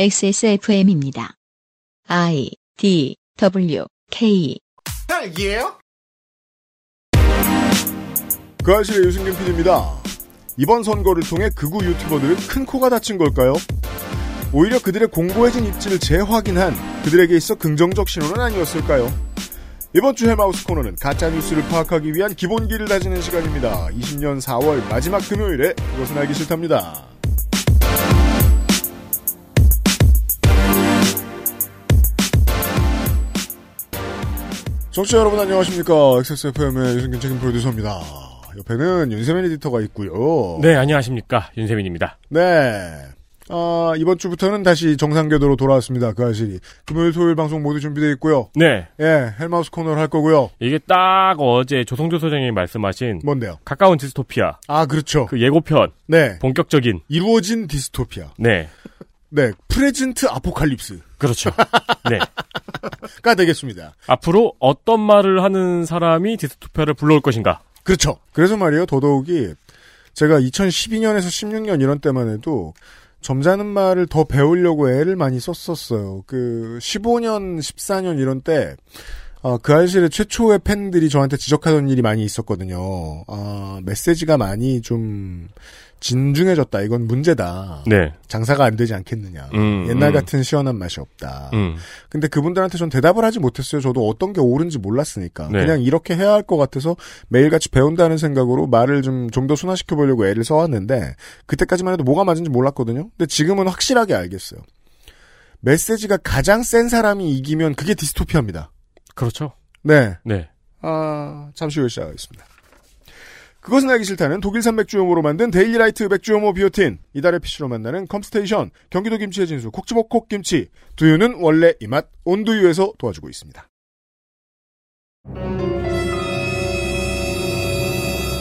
XSFM입니다. I D W K 딸기예요? 그 아실의 유승균 PD입니다. 이번 선거를 통해 극우 유튜버들은 큰 코가 다친 걸까요? 오히려 그들의 공고해진 입지를 재확인한 그들에게 있어 긍정적 신호는 아니었을까요? 이번 주 헬마우스 코너는 가짜뉴스를 파악하기 위한 기본기를 다지는 시간입니다. 20년 4월 마지막 금요일에 그것은 알기 싫답니다. 청취자 여러분 안녕하십니까. XSFM의 유승균 책임 프로듀서입니다. 옆에는 윤세민 에디터가 있고요. 네, 안녕하십니까. 윤세민입니다. 네. 아, 이번 주부터는 다시 정상궤도로 돌아왔습니다. 그 아실이. 금요일, 토요일 방송 모두 준비되어 있고요. 네. 예, 헬마우스 코너를 할 거고요. 이게 딱 어제 조성조 소장님이 말씀하신 뭔데요? 가까운 디스토피아. 아, 그렇죠. 그 예고편. 네. 본격적인. 이루어진 디스토피아. 네. 네. 프레젠트 아포칼립스가 그렇죠. 네. 되겠습니다. 앞으로 어떤 말을 하는 사람이 디스토피아를 불러올 것인가. 그렇죠. 그래서 말이에요. 더더욱이 제가 2012년에서 16년 이런 때만 해도 점잖은 말을 더 배우려고 애를 많이 썼었어요. 그 15년, 14년 이런 때. 아, 그 알실의 최초의 팬들이 저한테 지적하던 일이 많이 있었거든요. 아, 메시지가 많이 좀 진중해졌다. 이건 문제다. 네. 장사가 안 되지 않겠느냐. 음, 옛날 음. 같은 시원한 맛이 없다. 음. 근데 그분들한테 전 대답을 하지 못했어요. 저도 어떤 게 옳은지 몰랐으니까. 네. 그냥 이렇게 해야 할 것 같아서 매일같이 배운다는 생각으로 말을 좀 좀 더 순화시켜 보려고 애를 써왔는데 그때까지만 해도 뭐가 맞은지 몰랐거든요. 근데 지금은 확실하게 알겠어요. 메시지가 가장 센 사람이 이기면 그게 디스토피아입니다. 그렇죠. 네. 네. 아, 잠시 후에 시작하겠습니다. 그것은 알기 싫다는 독일산 맥주효모로 만든 데일리라이트 맥주효모 비오틴 이달의 PC로 만나는 컴스테이션 경기도 김치의 진수 콕지복 콕김치 두유는 원래 이 맛 온두유에서 도와주고 있습니다.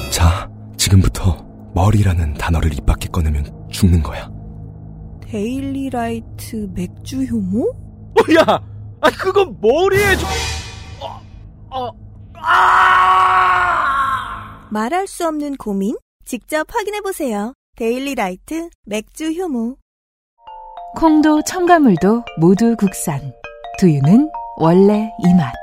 자, 지금부터 머리라는 단어를 입 밖에 꺼내면 죽는 거야. 데일리라이트 맥주 효모? 뭐야? 아 그건 머리에 저... 어, 어, 아! 말할 수 없는 고민? 직접 확인해보세요. 데일리라이트 맥주 효모. 콩도 첨가물도 모두 국산. 두유는 원래 이 맛.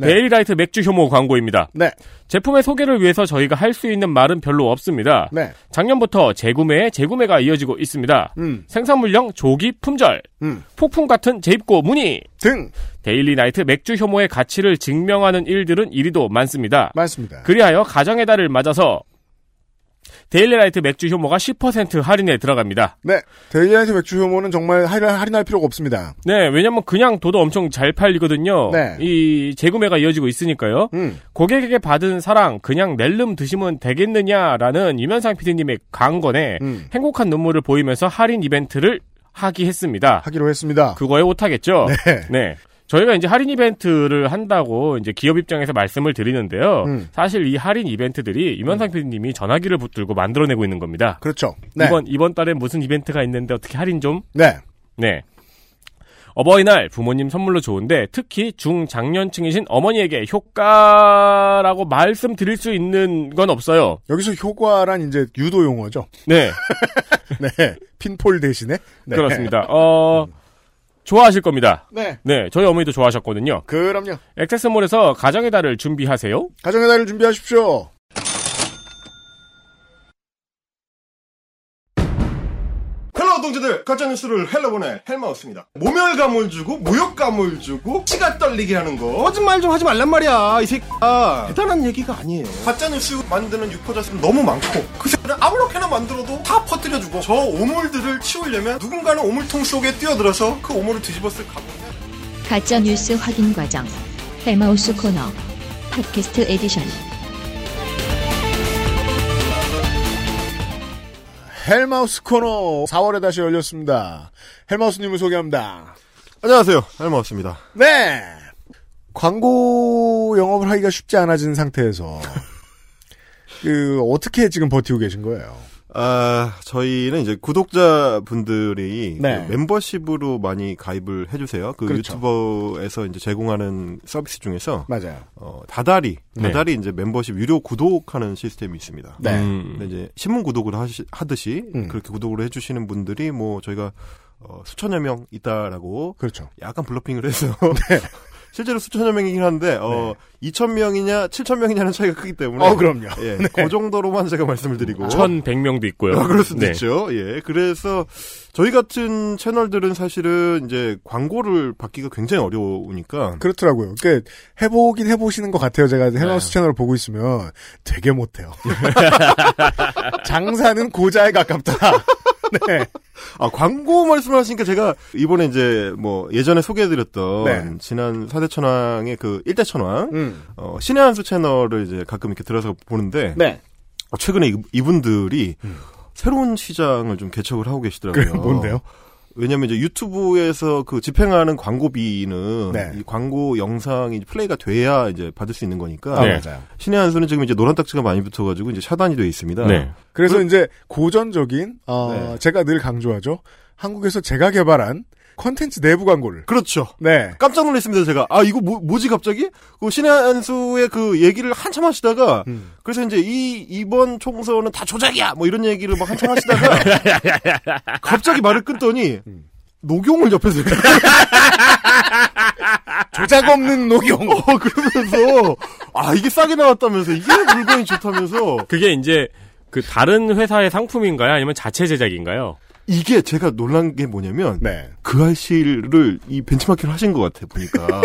네. 데일리라이트 맥주 효모 광고입니다. 네. 제품의 소개를 위해서 저희가 할 수 있는 말은 별로 없습니다. 네. 작년부터 재구매에 재구매가 이어지고 있습니다. 음. 생산물량 조기 품절. 음. 폭풍 같은 재입고 문의. 등 데일리 나이트 맥주 효모의 가치를 증명하는 일들은 이리도 많습니다. 많습니다. 그리하여 가정의 달을 맞아서 데일리 나이트 맥주 효모가 10% 할인에 들어갑니다. 네. 데일리라이트 맥주효모는 정말 할인, 할인할 필요가 없습니다. 네, 왜냐면 그냥 둬도 엄청 잘 팔리거든요. 네. 이 재구매가 이어지고 있으니까요. 음. 고객에게 받은 사랑 그냥 낼름 드시면 되겠느냐라는 유면상 PD님의 강건에 음. 행복한 눈물을 보이면서 할인 이벤트를 하기 했습니다. 하기로 했습니다. 그거에 오타겠죠. 네. 네. 저희가 이제 할인 이벤트를 한다고 이제 기업 입장에서 말씀을 드리는데요. 음. 사실 이 할인 이벤트들이 이면상 PD님이 전화기를 붙들고 만들어내고 있는 겁니다. 그렇죠. 네. 이번 이번 달에 무슨 이벤트가 있는데 어떻게 할인 좀? 네. 네. 어버이날 부모님 선물로 좋은데 특히 중장년층이신 어머니에게 효과라고 말씀드릴 수 있는 건 없어요. 여기서 효과란 이제 유도 용어죠. 네, 네. 핀폴 대신에. 네. 음. 그렇습니다. 어 좋아하실 겁니다. 네. 네, 저희 어머니도 좋아하셨거든요. 그럼요. 액세스몰에서 가정의 달을 준비하세요. 가정의 달을 준비하십시오. 헬로 동지들 가짜뉴스를 헬로보네 헬마우스입니다 모멸감을 주고 모욕감을 주고 치가 떨리게 하는 거 거짓말 좀 하지 말란 말이야 이 새끼야 대단한 얘기가 아니에요 가짜뉴스 만드는 유포자수는 너무 많고 그 새끼를 아무렇게나 만들어도 다 퍼뜨려주고 저 오물들을 치우려면 누군가는 오물통 속에 뛰어들어서 그 오물을 뒤집어 쓸 각오 가짜 뉴스 확인 과정 헬마우스 코너 팟캐스트 에디션 헬마우스 코너 4월에 다시 열렸습니다. 헬마우스님을 소개합니다. 안녕하세요 헬마우스입니다 네. 광고 영업을 하기가 쉽지 않아진 상태에서 그 어떻게 지금 버티고 계신 거예요? 아, 저희는 이제 구독자분들이 네. 그 멤버십으로 많이 가입을 해주세요. 그 그렇죠. 유튜버에서 이제 제공하는 서비스 중에서 맞아요. 어, 다달이, 네. 다달이 이제 멤버십 유료 구독하는 시스템이 있습니다. 네. 음. 근데 이제 신문 구독을 하시, 하듯이 음. 그렇게 구독을 해주시는 분들이 뭐 저희가 어, 수천여 명 있다라고 그렇죠. 네. 약간 블러핑을 해서 실제로 수천여 명이긴 한데 어, 2천 명이냐 7천 명이냐는 차이가 크기 때문에 어, 그럼요. 예, 그 정도로만 제가 말씀을 드리고 1100명도 있고요. 아, 그럴 수도 네. 있죠. 예. 그래서 저희 같은 채널들은 사실은 이제 광고를 받기가 굉장히 어려우니까 그렇더라고요. 그 해보긴 해보시는 것 같아요. 제가 헬마우스 네. 채널을 보고 있으면 되게 못해요. 장사는 고자에 가깝다. 네. 아, 광고 말씀을 하시니까 제가 이번에 이제 뭐 예전에 소개해드렸던 네. 지난 4대 천왕의 그 1대 천왕 음. 어, 신의 한수 채널을 이제 가끔 이렇게 들어서 보는데 네. 음. 어, 최근에 이- 이분들이 새로운 시장을 좀 개척을 하고 그 계시더라고요. 뭔데요? 왜냐면 이제 유튜브에서 그 집행하는 광고비는 네. 이 광고 영상이 플레이가 돼야 이제 받을 수 있는 거니까 아, 네. 맞아요. 신의 한수는 지금 이제 노란 딱지가 많이 붙어가지고 이제 차단이 돼 있습니다. 네. 그래서 이제 고전적인 어, 네. 제가 늘 강조하죠. 한국에서 제가 개발한 컨텐츠 내부 광고를 그렇죠. 네. 깜짝 놀랐습니다, 제가. 아, 이거 뭐, 지 갑자기? 그 신의 한수의 그 얘기를 한참 하시다가, 음. 그래서 이제 이, 이번 총선은 다 조작이야! 뭐 이런 얘기를 막 한참 하시다가, 갑자기 말을 끊더니, 음. 녹용을 옆에서 이렇게 조작 없는 녹용. 어, 그러면서, 아, 이게 싸게 나왔다면서, 이게 물건이 좋다면서, 그게 이제 그 다른 회사의 상품인가요? 아니면 자체 제작인가요? 이게 제가 놀란 게 뭐냐면, 네. 그 아씨를 이 벤치마킹을 하신 것 같아, 보니까.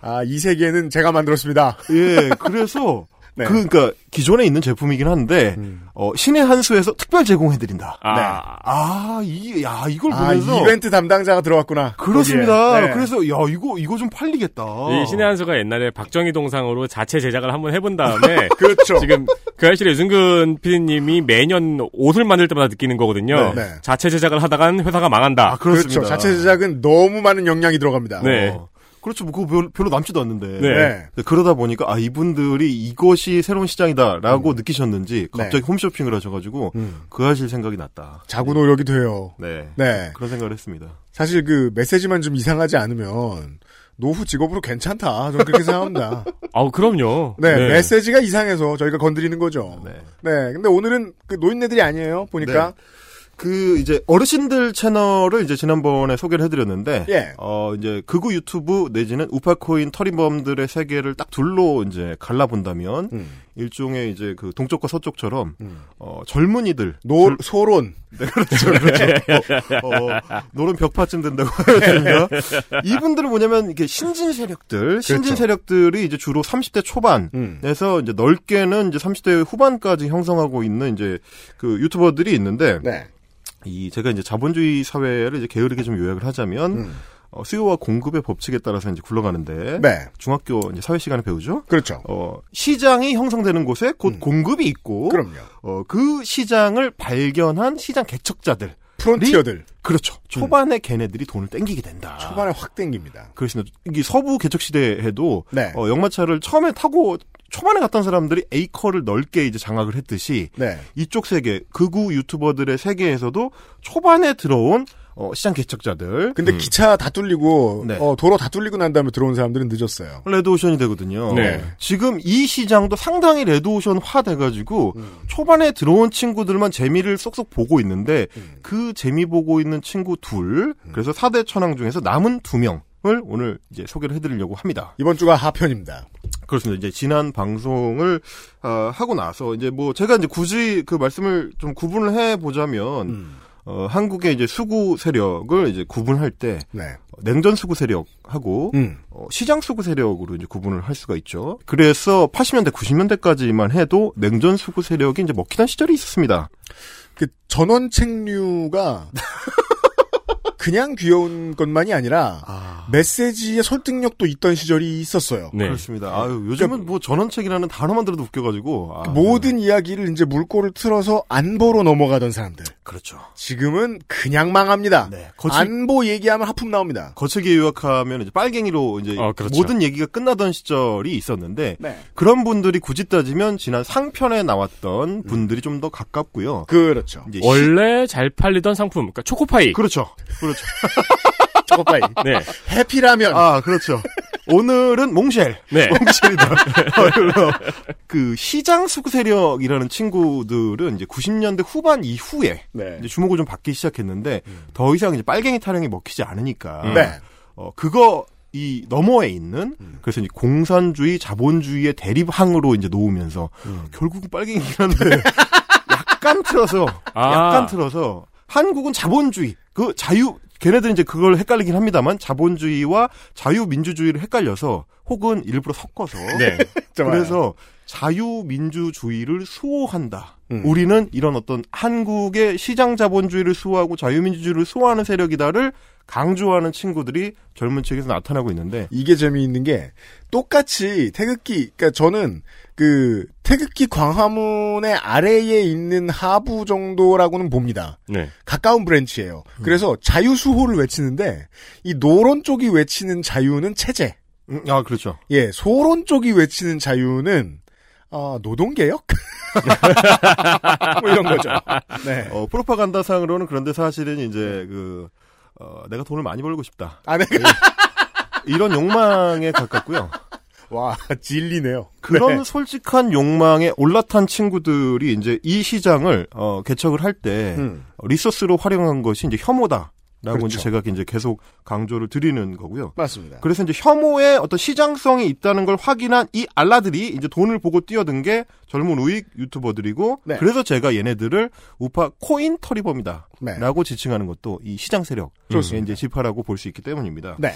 아, 이 세계는 제가 만들었습니다. 예, 그래서, 네. 음. 그, 그니까, 기존에 있는 제품이긴 한데, 어, 신의 한수에서 특별 제공해드린다. 아, 아, 이, 야, 이걸 아, 보면서. 이벤트 담당자가 들어왔구나. 그렇습니다. 거기에. 네. 그래서, 야, 이거, 이거 좀 팔리겠다. 어. 이 신의 한수가 옛날에 박정희 동상으로 자체 제작을 한번 해본 다음에 그렇죠. 지금 그 아실의 유승근 PD님이 매년 옷을 만들 때마다 느끼는 거거든요. 네, 네. 자체 제작을 하다간 회사가 망한다. 아, 그렇습니다. 그렇죠. 자체 제작은 너무 많은 역량이 들어갑니다. 네. 어. 그렇죠. 뭐 그거 별로, 별로 남지도 않는데. 네. 네. 근데 그러다 보니까, 아, 이분들이 이것이 새로운 시장이다라고 느끼셨는지, 갑자기 홈쇼핑을 하셔가지고, 네. 음. 그 하실 생각이 났다. 자구 노력이 돼요. 네. 네. 그런 생각을 했습니다. 사실 그 메시지만 좀 이상하지 않으면 노후 직업으로 괜찮다. 저는 그렇게 생각합니다. 아우 그럼요. 네, 메시지가 이상해서 저희가 건드리는 거죠. 네. 네. 근데 오늘은 그 노인네들이 아니에요. 보니까. 그, 이제, 어르신들 채널을 이제 지난번에 소개를 해드렸는데, 예. 어, 이제, 극우 유튜브 내지는 우파코인 터리범들의 세계를 딱 둘로 이제 갈라본다면, 음. 일종의 이제 그 동쪽과 서쪽처럼 음. 어, 젊은이들 노 소론. 네, 그렇죠, 네. 어, 어, 노른 벽파쯤 된다고 해야 되나? 이분들은 뭐냐면 이게 신진 세력들, 신진 그렇죠. 세력들이 이제 주로 30대 초반 음. 에서 이제 넓게는 이제 30대 후반까지 형성하고 있는 이제 그 유튜버들이 있는데 네. 이 제가 이제 자본주의 사회를 이제 게으르게 좀 요약을 하자면 음. 어, 수요와 공급의 법칙에 따라서 이제 굴러가는데 네. 중학교 이제 사회 시간에 배우죠. 그렇죠. 어, 시장이 형성되는 곳에 곧 공급이 있고 음. 그럼요. 어, 그 시장을 발견한 시장 음. 개척자들. 프론티어들. 음. 그렇죠. 초반에 걔네들이 돈을 땡기게 된다. 초반에 확 땡깁니다. 그렇습니다. 이게 서부 개척 시대에도 네. 어, 역마차를 처음에 타고 초반에 갔던 사람들이 에이커를 넓게 이제 장악을 했듯이 네. 이쪽 세계 극우 유튜버들의 세계에서도 초반에 들어온 어, 시장 개척자들 음. 근데 기차 다 뚫리고 네. 어, 도로 다 뚫리고 난 다음에 들어온 사람들은 늦었어요. 레드오션이 되거든요. 네. 지금 이 시장도 상당히 레드오션화 돼가지고 음. 초반에 들어온 친구들만 재미를 쏙쏙 보고 있는데 음. 그 재미 보고 있는 친구 둘 그래서 4대 천왕 중에서 남은 두 명을 오늘 이제 소개를 해드리려고 합니다. 이번 주가 하편입니다. 그렇습니다. 이제 지난 방송을 아, 하고 나서 이제 뭐 제가 이제 굳이 그 말씀을 좀 구분을 해 보자면 음. 어, 한국의 이제 수구 세력을 이제 구분할 때 어, 네. 냉전 수구 세력하고 음. 어, 시장 수구 세력으로 이제 구분을 할 수가 있죠. 그래서 80년대, 90년대까지만 해도 냉전 수구 세력이 이제 먹히던 시절이 있었습니다. 그 전원 책류가 그냥 귀여운 것만이 아니라 음. 아, 메시지의 설득력도 있던 시절이 있었어요. 네. 그렇습니다. 아유, 요즘은 뭐 전원책이라는 단어만 들어도 웃겨가지고. 아, 그 모든 이야기를 이제 물꼬를 틀어서 안보로 넘어가던 사람들. 그렇죠. 지금은 그냥 망합니다. 네. 거칠, 안보 얘기하면 하품 나옵니다. 거칠게 요약하면 이제 빨갱이로 이제 어, 그렇죠. 모든 얘기가 끝나던 시절이 있었는데 그런 분들이 굳이 따지면 지난 상편에 나왔던 분들이 좀 더 가깝고요. 그렇죠. 이제 시- 원래 잘 팔리던 상품, 그러니까 초코파이. 그렇죠. 그렇죠. 초코파이. 네, 해피라면. 아, 그렇죠. 오늘은 몽쉘. 네, 그 시장 수세력이라는 친구들은 이제 90년대 후반 이후에 네. 이제 주목을 좀 받기 시작했는데 더 이상 이제 빨갱이 타령이 먹히지 않으니까 네. 어, 그거 이 너머에 있는 그래서 이제 공산주의 자본주의의 대립항으로 이제 놓으면서 결국 은 빨갱이긴 한데 약간 틀어서 아. 약간 틀어서 한국은 자본주의 그 자유 걔네들은 이제 그걸 헷갈리긴 합니다만 자본주의와 자유민주주의를 헷갈려서 혹은 일부러 섞어서 네. 좋아요. 그래서 자유민주주의를 수호한다. 음. 우리는 이런 어떤 한국의 시장 자본주의를 수호하고 자유민주주의를 수호하는 세력이다를 강조하는 친구들이 젊은 층에서 나타나고 있는데 이게 재미있는 게 똑같이 태극기 그러니까 저는 그 태극기 광화문의 아래에 있는 하부 정도라고는 봅니다. 네. 가까운 브랜치예요. 음. 그래서 자유 수호를 외치는데 이 노론 쪽이 외치는 자유는 체제, 음, 아 그렇죠. 예 소론 쪽이 외치는 자유는 아, 노동 개혁 뭐 이런 거죠. 네. 어, 프로파간다상으로는 그런데 사실은 이제 그 어, 내가 돈을 많이 벌고 싶다. 아, 네. 이런 욕망에 가깝고요. 와 진리네요. 그런 네. 솔직한 욕망에 올라탄 친구들이 이제 이 시장을 어, 개척을 할때 음. 리소스로 활용한 것이 이제 혐오다라고 이제 그렇죠. 제가 이제 계속 강조를 드리는 거고요. 맞습니다. 그래서 이제 혐오의 어떤 시장성이 있다는 걸 확인한 이 알라들이 이제 돈을 보고 뛰어든 게 젊은 우익 유튜버들이고 네. 그래서 제가 얘네들을 우파 코인 터리범이다라고 네. 지칭하는 것도 이 시장 세력의 좋습니다. 이제 지파라고 볼 수 있기 때문입니다. 네.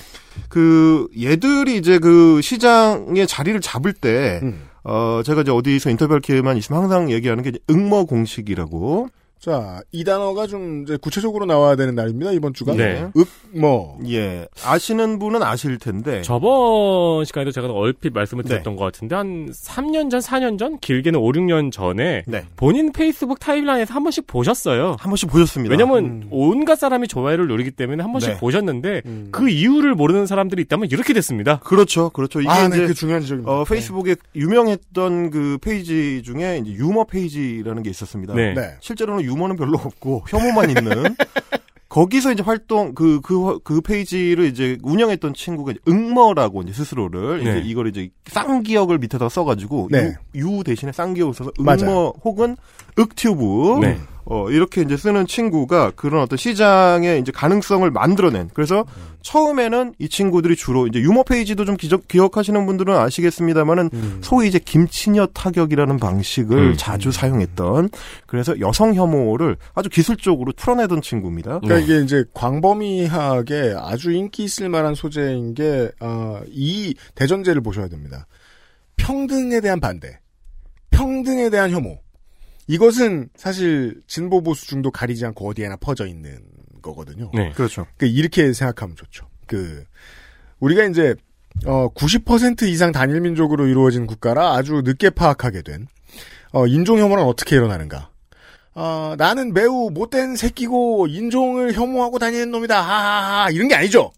그 얘들이 이제 그 시장의 자리를 잡을 때 음. 어, 제가 이제 어디서 인터뷰할 기회만 있으면 항상 얘기하는 게 이제 응모 공식이라고 자, 이 단어가 좀 이제 구체적으로 나와야 되는 날입니다. 이번 주가. 네. 윽뭐 예. 아시는 분은 아실 텐데. 저번 시간에도 제가 얼핏 네. 말씀을 드렸던 것 같은데 한 3년 전, 4년 전, 길게는 5, 6년 전에 네. 본인 페이스북 타임라인에서 한 번씩 보셨어요. 한 번씩 보셨습니다. 음. 왜냐면 온갖 사람이 좋아요를 누리기 때문에 한 번씩 네. 보셨는데 그 이유를 모르는 사람들이 있다면 이렇게 됐습니다. 그렇죠. 그렇죠. 이게 아, 네, 이제 그게 중요한 지적입니다. 어, 페이스북에 유명했던 그 페이지 중에 이제 유머 페이지라는 게 있었습니다. 네. 네. 네. 실제로는 유머는 별로 없고 혐오만 있는 거기서 이제 활동 그 그 그 페이지를 이제 운영했던 친구가 이제 응머라고 이제 스스로를 네. 이제 이걸 이제 쌍기역을 밑에다 써가지고 네. 유, 유 대신에 쌍기역을 써서 응머 맞아요. 혹은 윽튜브 네. 어, 이렇게 이제 쓰는 친구가 그런 어떤 시장의 이제 가능성을 만들어낸. 그래서 처음에는 이 친구들이 주로 이제 유머 페이지도 좀 기적, 기억하시는 분들은 아시겠습니다만은 음. 소위 이제 김치녀 타격이라는 방식을 음. 자주 사용했던 그래서 여성 혐오를 아주 기술적으로 풀어내던 친구입니다. 그러니까 이게 이제 광범위하게 아주 인기 있을 만한 소재인 게, 아, 이 대전제를 보셔야 됩니다. 평등에 대한 반대, 평등에 대한 혐오. 이것은 사실 진보 보수 중도 가리지 않고 어디에나 퍼져 있는 거거든요. 네. 그렇죠. 그 이렇게 생각하면 좋죠. 그 우리가 이제 어 90% 이상 단일 민족으로 이루어진 국가라 아주 늦게 파악하게 된 어, 인종 혐오는 어떻게 일어나는가? 어, 나는 매우 못된 새끼고 인종을 혐오하고 다니는 놈이다. 하하하 이런 게 아니죠.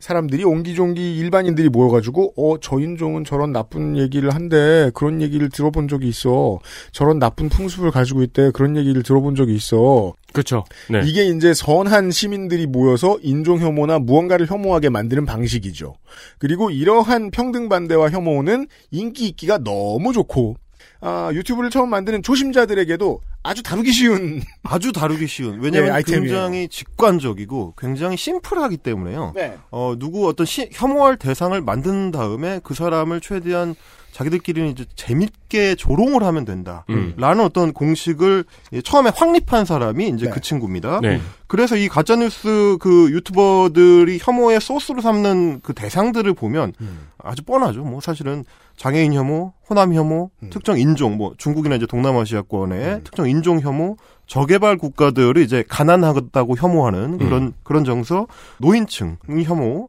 사람들이 옹기종기 일반인들이 모여가지고 어 저 인종은 저런 나쁜 얘기를 한데 그런 얘기를 들어본 적이 있어. 저런 나쁜 풍습을 가지고 있대. 그런 얘기를 들어본 적이 있어. 그렇죠. 네. 이게 이제 선한 시민들이 모여서 인종 혐오나 무언가를 혐오하게 만드는 방식이죠. 그리고 이러한 평등 반대와 혐오는 인기 있기가 너무 좋고 아, 유튜브를 처음 만드는 초심자들에게도 아주 다루기 쉬운 아주 다루기 쉬운. 왜냐면 네, 아이템이에요. 굉장히 직관적이고 굉장히 심플하기 때문에요. 네. 어, 누구 어떤 시- 혐오할 대상을 만든 다음에 그 사람을 최대한 자기들끼리는 이제 재밌게 조롱을 하면 된다. 음. 라는 어떤 공식을 예, 처음에 확립한 사람이 이제 네. 그 친구입니다. 네. 그래서 이 가짜뉴스 그 유튜버들이 혐오의 소스로 삼는 그 대상들을 보면 아주 뻔하죠. 뭐 사실은 장애인 혐오, 호남 혐오, 특정 인종, 뭐 중국이나 이제 동남아시아권의 특정 인종 혐오, 저개발 국가들을 이제 가난하다고 혐오하는 그런 그런 정서, 노인층 혐오,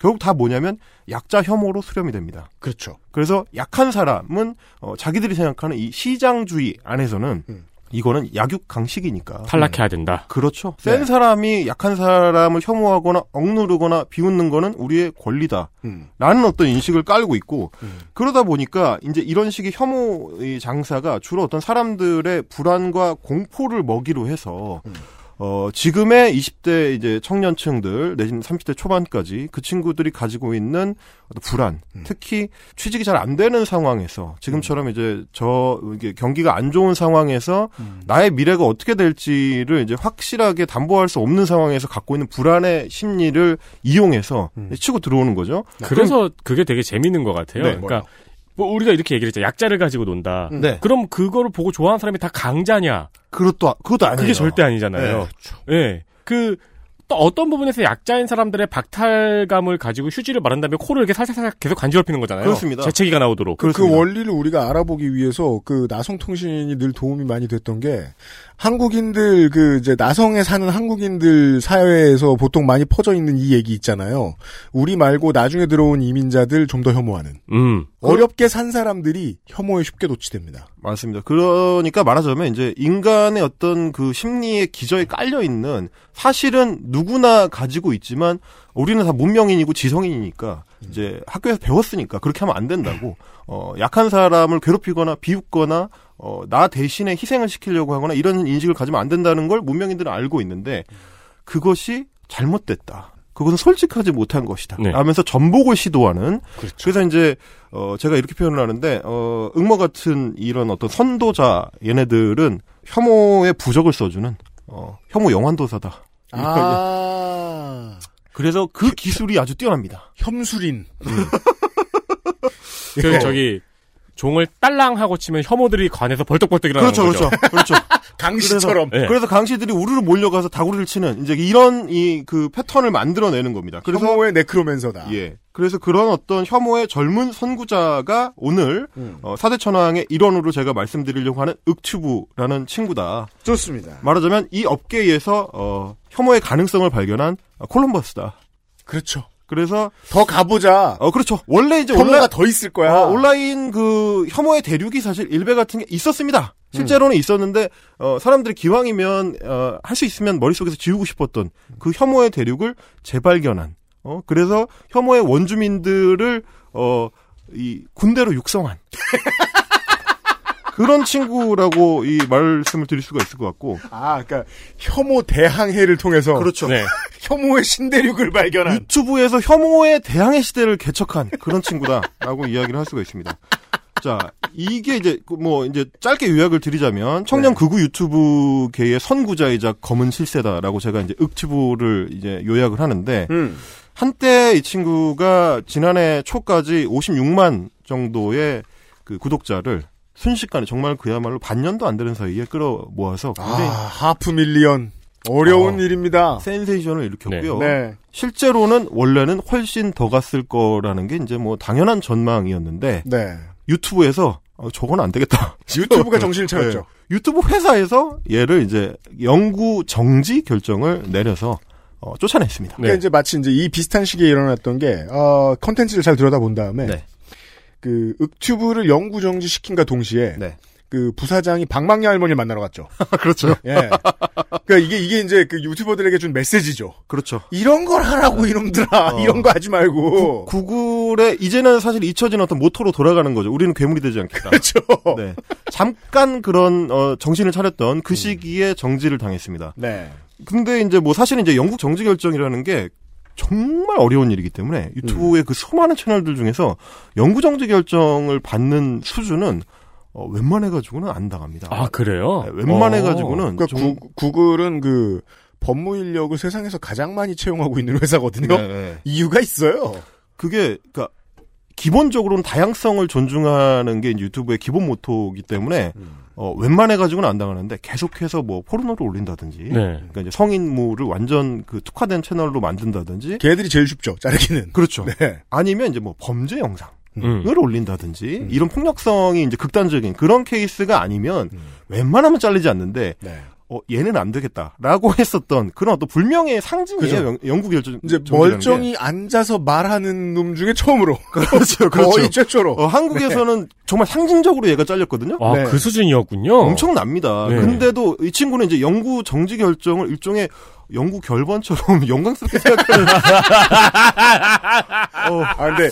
결국 다 뭐냐면 약자 혐오로 수렴이 됩니다. 그렇죠. 그래서 약한 사람은 어, 자기들이 생각하는 이 시장주의 안에서는 음. 이거는 약육 강식이니까 탈락해야 된다. 그렇죠. 네. 센 사람이 약한 사람을 혐오하거나 억누르거나 비웃는 거는 우리의 권리다. 음. 라는 어떤 인식을 깔고 있고 그러다 보니까 이제 이런 식의 혐오 의 장사가 주로 어떤 사람들의 불안과 공포를 먹이로 해서 어 지금의 20대 이제 청년층들 내지는 30대 초반까지 그 친구들이 가지고 있는 어떤 불안, 특히 취직이 잘 안 되는 상황에서 지금처럼 이제 저 이게 경기가 안 좋은 상황에서 나의 미래가 어떻게 될지를 이제 확실하게 담보할 수 없는 상황에서 갖고 있는 불안의 심리를 이용해서 치고 들어오는 거죠. 그래서 그게 되게 재밌는 것 같아요. 음. 네, 그러니까 뭐 우리가 이렇게 얘기를 했죠. 약자를 가지고 논다. 네. 그럼 그거를 보고 좋아하는 사람이 다 강자냐? 그것도 그것도 아니에요. 네, 그게 절대 아니잖아요. 예. 그, 또 어떤 부분에서 약자인 사람들의 박탈감을 가지고 휴지를 말한다면 코를 이렇게 살살살살 계속 간지럽히는 거잖아요. 그렇습니다. 재채기가 나오도록. 그, 그 그렇습니다. 원리를 우리가 알아보기 위해서 그 나성통신이 늘 도움이 많이 됐던 게 한국인들 그 이제 나성에 사는 한국인들 사회에서 보통 많이 퍼져 있는 이 얘기 있잖아요. 우리 말고 나중에 들어온 이민자들 좀 더 혐오하는. 음. 어렵게 산 사람들이 혐오에 쉽게 노치됩니다. 맞습니다. 그러니까 말하자면 이제 인간의 어떤 그 심리의 기저에 깔려 있는 사실은 누구나 가지고 있지만 우리는 다 문명인이고 지성인이니까 이제 학교에서 배웠으니까 그렇게 하면 안 된다고 어 약한 사람을 괴롭히거나 비웃거나 어 나 대신에 희생을 시키려고 하거나 이런 인식을 가지면 안 된다는 걸 문명인들은 알고 있는데 그것이 잘못됐다. 그것은 솔직하지 못한 것이다. 네. 하면서 전복을 시도하는 그렇죠. 그래서 이제 어 제가 이렇게 표현을 하는데 어 응모 같은 이런 어떤 선도자 얘네들은 혐오의 부적을 써주는 어 혐오 영환도사다. 아 그래서 그 기술이 아주 뛰어납니다. 혐술인. 예. 그, 예. 저기, 종을 딸랑 하고 치면 혐오들이 관해서 벌떡벌떡 일어나는 그렇죠, 거죠. 그렇죠, 그렇죠. 강시처럼. 예. 그래서 강시들이 우르르 몰려가서 다구리를 치는 이제 이런 이 그 패턴을 만들어내는 겁니다. 그래서 혐오의 네크로맨서다. 예. 그래서 그런 어떤 혐오의 젊은 선구자가 오늘 어, 사대천왕의 일원으로 제가 말씀드리려고 하는 윽튜브라는 친구다. 좋습니다. 말하자면 이 업계에서 어, 혐오의 가능성을 발견한 어, 콜럼버스다. 그렇죠. 그래서 더 가보자. 어 그렇죠. 원래 이제 혐오가 온라, 더 있을 거야. 어, 온라인 그 혐오의 대륙이 사실 일배 같은 게 있었습니다. 음. 실제로는 있었는데 어, 사람들이 기왕이면 어, 할 수 있으면 머릿속에서 지우고 싶었던 그 혐오의 대륙을 재발견한. 어 그래서 혐오의 원주민들을 어 이 군대로 육성한. 그런 친구라고 이 말씀을 드릴 수가 있을 것 같고 아, 그러니까 혐오 대항해를 통해서 그렇죠. 네. 혐오의 신대륙을 발견한. 유튜브에서 혐오의 대항해 시대를 개척한 그런 친구다라고 이야기를 할 수가 있습니다. 자, 이게 이제 그뭐 이제 짧게 요약을 드리자면 청년 네. 극우 유튜브계의 선구자이자 검은 실세다라고 제가 이제 윽튜브를 이제 요약을 하는데 음. 한때 이 친구가 지난해 초까지 56만 정도의 그 구독자를 순식간에 정말 그야말로 반년도 안 되는 사이에 끌어 모아서 아, 굉장히 하프 밀리언. 어려운 네. 어. 일입니다. 센세이션을 어. 일으켰고요. 네. 실제로는 원래는 훨씬 더 갔을 거라는 게 이제 뭐 당연한 전망이었는데 네. 유튜브에서 어, 저건 안 되겠다. 유튜브가 정신을 차렸죠. 네. 유튜브 회사에서 얘를 이제 영구 정지 결정을 내려서 어, 쫓아냈습니다. 그러니까 이제 마치 이제 이 비슷한 시기에 일어났던 게, 어, 컨텐츠를 잘 들여다본 다음에, 네. 그, 윽튜브를 영구 정지시킨과 동시에, 네. 그 부사장이 방망이 할머니를 만나러 갔죠. 그렇죠. 예. 그니까 이게, 이게 이제 그 유튜버들에게 준 메시지죠. 그렇죠. 이런 걸 하라고, 이놈들아. 어. 이런 거 하지 말고. 구글의 이제는 사실 잊혀진 어떤 모토로 돌아가는 거죠. 우리는 괴물이 되지 않겠다. 그렇죠. 네. 잠깐 그런 어, 정신을 차렸던 그 시기에 정지를 당했습니다. 네. 근데 이제 뭐 사실은 이제 영국 정지 결정이라는 게 정말 어려운 일이기 때문에 유튜브의 그 수많은 채널들 중에서 영구 정지 결정을 받는 수준은 어, 웬만해 가지고는 안 당합니다. 아, 그래요? 네, 웬만해 어. 가지고는 그러니까 구, 구글은 그 법무 인력을 네, 네. 세상에서 가장 많이 채용하고 있는 회사거든요. 이유가 있어요. 그게 그러니까 기본적으로는 다양성을 존중하는 게 이제 유튜브의 기본 모토이기 때문에 어, 웬만해 가지고는 안 당하는데 계속해서 뭐 포르노를 올린다든지 네. 그러니까 이제 성인물을 완전 그 특화된 채널로 만든다든지 걔들이 제일 쉽죠. 자르기는. 그렇죠. 네. 아니면 이제 뭐 범죄 영상 음. 을 올린다든지 이런 폭력성이 이제 극단적인 그런 케이스가 아니면 음. 웬만하면 잘리지 않는데 네. 어 얘는 안 되겠다라고 했었던 그런 어떤 불명예의 상징이에요 그죠. 영, 영국 열정 이제 멀쩡히 앉아서 말하는 놈 중에 처음으로. 그렇죠 거의 그렇죠 최초로. 어, 한국에서는 정말 상징적으로 얘가 잘렸거든요 아, 네. 그 수준이었군요. 엄청납니다 네. 근데도 이 친구는 이제 영구 정지 결정을 일종의 영구 결번처럼 영광스럽게 생각하는 아, 근데,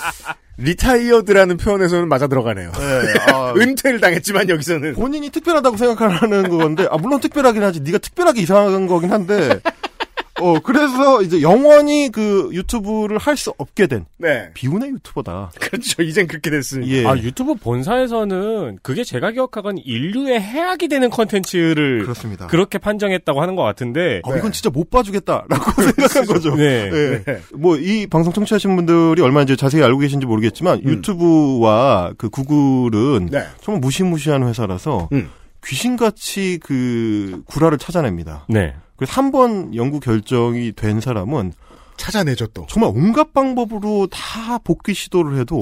리타이어드라는 표현에서는 맞아 들어가네요. 네, 아, 은퇴를 당했지만 여기서는. 본인이 특별하다고 생각하는 건데 아 물론 특별하긴 하지 네가 특별하게 이상한 거긴 한데 어 그래서 이제 영원히 그 유튜브를 할 수 없게 된 네. 비운의 유튜버다 그렇죠. 이젠 그렇게 됐으니까. 예 아, 유튜브 본사에서는 그게 제가 기억하건 인류의 해악이 되는 컨텐츠를 그렇습니다 그렇게 판정했다고 하는 것 같은데. 어, 이건 진짜 못 봐주겠다라고 생각한 거죠 네. 예. 뭐 이 방송 청취하신 분들이 얼마나 이제 자세히 알고 계신지 모르겠지만 유튜브와 그 구글은 네. 정말 무시무시한 회사라서 음. 귀신같이 그 구라를 찾아냅니다. 네. 그래서 한 번 연구 결정이 된 사람은 찾아내죠, 또. 정말 온갖 방법으로 다 복귀 시도를 해도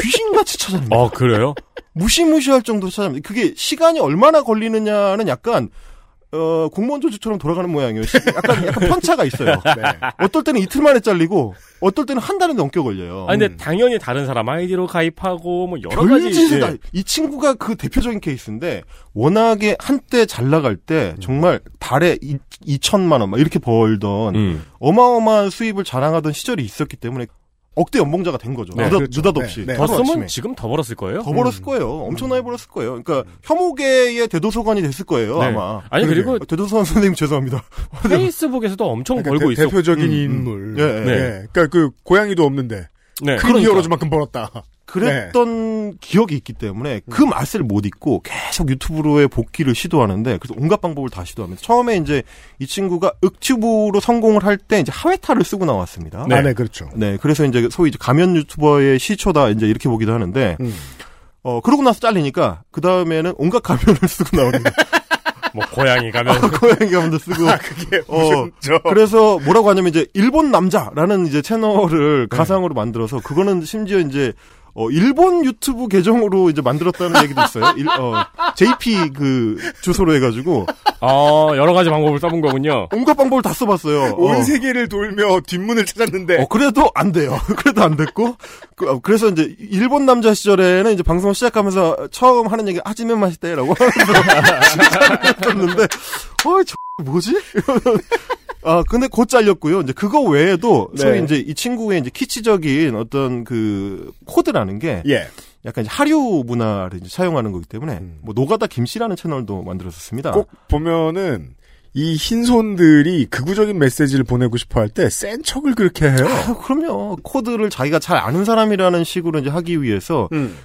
귀신같이 찾아냅니다. 어, 그래요? 무시무시할 정도로 찾아냅니다. 그게 시간이 얼마나 걸리느냐는 약간 어, 공무원 조직처럼 돌아가는 모양이에요. 시- 약간, 약간 편차가 있어요. 네. 그러니까 어떨 때는 이틀 만에 잘리고, 어떨 때는 한 달은 넘게 걸려요. 아, 근데 음. 당연히 다른 사람 아이디로 가입하고 뭐 여러 가지 별짓을 다, 예. 이 친구가 그 대표적인 케이스인데, 워낙에 한때 잘 나갈 때, 정말 달에 2천만 원, 막 이렇게 벌던, 음. 어마어마한 수입을 자랑하던 시절이 있었기 때문에 억대 연봉자가 된 거죠. 네, 느닷, 그렇죠. 없이 네, 네. 더 음. 쓰면 지금 더 벌었을 거예요? 더 벌었을 거예요. 엄청나게 벌었을 거예요. 그러니까 혐오계의 대도서관이 됐을 거예요, 음. 네. 아마. 아니, 그리고- 어, 대도서관 선생님 죄송합니다. 페이스북에서도 엄청 그러니까 벌고 대, 있어. 대표적인 음, 음. 인물. 예, 예. 네. 그러니까 그 고양이도 없는데 네. 큰 히어로즈만큼 벌었다. 그랬던 기억이 있기 때문에 음. 그 맛을 못 잊고 계속 유튜브로의 복귀를 시도하는데 그래서 온갖 방법을 다 시도합니다. 처음에 이제 이 친구가 윽튜브로 성공을 할 때 이제 하회타를 쓰고 나왔습니다. 네. 아, 네, 그렇죠. 네, 그래서 이제 소위 이제 가면 유튜버의 시초다 이제 이렇게 보기도 하는데 음. 어 그러고 나서 잘리니까 그 다음에는 온갖 가면을 쓰고 나옵니다. 뭐 고양이 가면 고양이 가면도 쓰고 그게 어, 무슨 저 그래서 뭐라고 하냐면 이제 일본 남자라는 이제 채널을 가상으로 만들어서 그거는 심지어 이제 어 일본 유튜브 계정으로 이제 만들었다는 얘기도 있어요. 일, 어, JP 그 주소로 해가지고 어, 여러 가지 방법을 써본 거군요. 온갖 방법을 다 써봤어요. 어. 온 세계를 돌며 뒷문을 찾았는데 어, 그래도 안 돼요. 그래도 안 됐고. 그, 래서 이제, 일본 남자 시절에는 이제 방송 시작하면서 처음 하는 얘기, 아지면 맛있대. 라고 하면서 했었는데, 어, 저, 뭐지? 아, 근데 곧 잘렸고요. 이제 그거 외에도, 네. 소위 이제 이 친구의 이제 키치적인 어떤 그, 코드라는 게, 예. 약간 이제 하류 문화를 이제 사용하는 거기 때문에, 음. 뭐, 노가다 김씨라는 채널도 만들었었습니다. 꼭 보면은 이 흰손들이 극우적인 메시지를 보내고 싶어 할 때 센 척을 그렇게 해요. 아, 그럼요. 코드를 자기가 잘 아는 사람이라는 식으로 이제 하기 위해서, 음.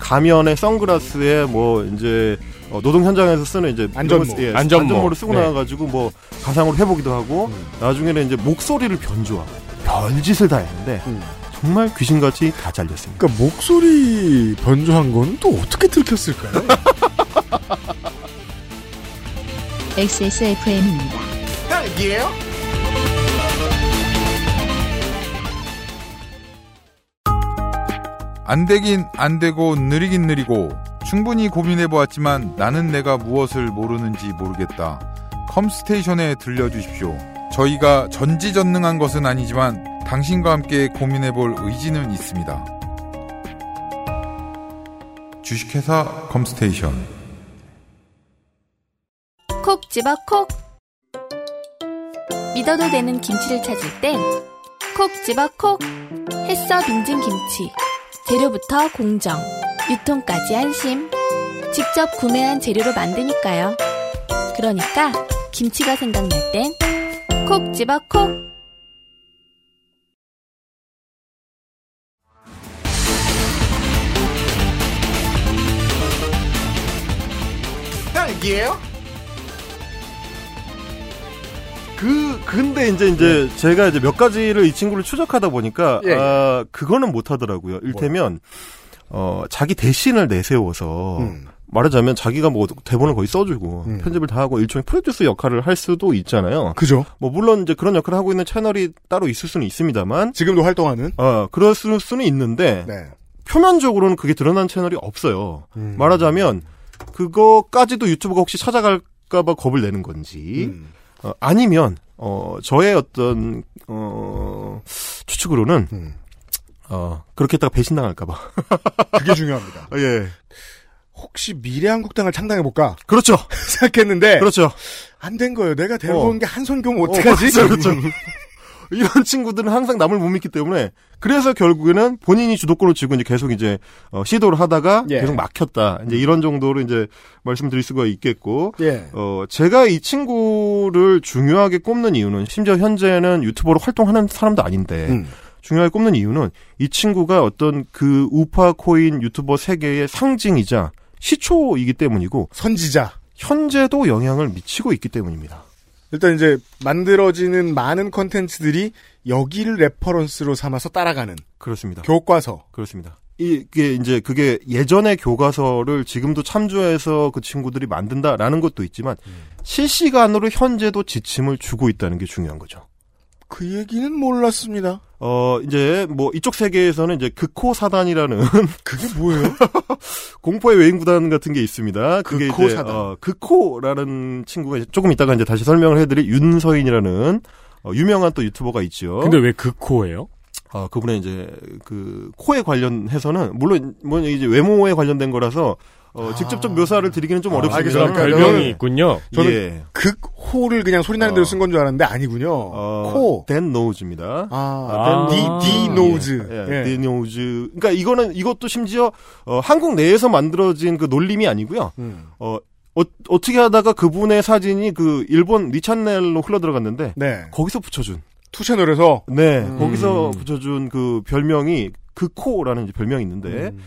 가면에 선글라스에 뭐 이제 어, 노동 현장에서 쓰는 이제 안전모. 예, 안전모. 안전모를 쓰고 네. 나와가지고 뭐 가상으로 해보기도 하고 나중에는 이제 목소리를 변조하고 별짓을 다 했는데 음. 정말 귀신같이 다 잘렸습니다. 그러니까 목소리 변조한 건 또 어떻게 들켰을까요? XSFM입니다. 안 되긴 안 되고 느리긴 느리고 충분히 고민해 보았지만 나는 내가 무엇을 모르는지 모르겠다. 컴스테이션에 들려주십시오. 저희가 전지전능한 것은 아니지만 당신과 함께 고민해 볼 의지는 있습니다. 주식회사 컴스테이션 콕 집어 콕 믿어도 되는 김치를 찾을 땐 콕 집어 콕 햇서 빙진 김치 재료부터 공정 유통까지 안심 직접 구매한 재료로 만드니까요 그러니까 김치가 생각날 땐 콕 집어 콕 그 근데 이제 이제 네. 제가 이제 몇 가지를 이 친구를 추적하다 보니까 예, 예. 아 그거는 못 하더라고요. 일테면 어 자기 대신을 내세워서 말하자면 자기가 뭐 대본을 거의 써주고 편집을 다 하고 일종의 프로듀스 역할을 할 수도 있잖아요. 그죠? 뭐 물론 이제 그런 역할을 하고 있는 채널이 따로 있을 수는 있습니다만 지금도 활동하는 어 그럴 수- 수는 있는데 네. 표면적으로는 그게 드러난 채널이 없어요. 음. 말하자면 그거까지도 유튜브가 혹시 찾아갈까봐 겁을 내는 건지 음. 어, 아니면 어, 저의 어떤 어, 추측으로는 어, 그렇게 했다가 배신당할까봐 그게 중요합니다. 예. 혹시 미래한국당을 창당해 볼까? 그렇죠. 생각했는데 그렇죠. 안 된 거예요. 내가 데려온 어. 게 한손경 어떡하지? 음. 어, 그렇죠, 그렇죠. 이런 친구들은 항상 남을 못 믿기 때문에 그래서 결국에는 본인이 주도권을 쥐고 이제 계속 이제 어, 시도를 하다가 예. 계속 막혔다 이제 이런 정도로 이제 말씀드릴 수가 있겠고 예. 어 제가 이 친구를 중요하게 꼽는 이유는 심지어 현재는 유튜버로 활동하는 사람도 아닌데 음. 중요하게 꼽는 이유는 이 친구가 어떤 그 우파 코인 유튜버 세계의 상징이자 시초이기 때문이고 선지자 현재도 영향을 미치고 있기 때문입니다. 일단 이제 만들어지는 많은 컨텐츠들이 여기를 레퍼런스로 삼아서 따라가는 그렇습니다. 교과서 그렇습니다. 이게 이제 그게 예전의 교과서를 지금도 참조해서 그 친구들이 만든다라는 것도 있지만 실시간으로 현재도 지침을 주고 있다는 게 중요한 거죠. 그 얘기는 몰랐습니다. 어 이제 뭐 이쪽 세계에서는 이제 극호 사단이라는 그게 뭐예요? 공포의 외인 구단 같은 게 있습니다. 그게 극호 이제, 사단. 어, 극호라는 친구가 이제 조금 이따가 이제 다시 설명을 해드릴 윤서인이라는 어, 유명한 또 유튜버가 있죠. 어? 근데 왜그 극호예요? 아 그분의 이제 그 코에 관련해서는 물론 뭐 이제 외모에 관련된 거라서 어, 직접적 묘사를 드리기는 좀 어렵습니다. 아. 알겠어요. 그러니까 저는- 저는 예. 극호를 그냥 소리 어. 나는 대로 쓴 건 줄 알았는데 아니군요. 코. 댄 노우즈입니다. 아, 디, 디 노즈. 예, 예, 디 노즈. 그러니까 이거는 이것도 심지어 어, 한국 내에서 만들어진 그 놀림이 아니고요. 음. 어, 어, 어떻게 하다가 그분의 사진이 그 일본 리찬넬로 흘러 들어갔는데 거기서 붙여준 네. 투 채널에서 네 거기서 붙여준 그 별명이 그코라는 이제 별명이 있는데 음.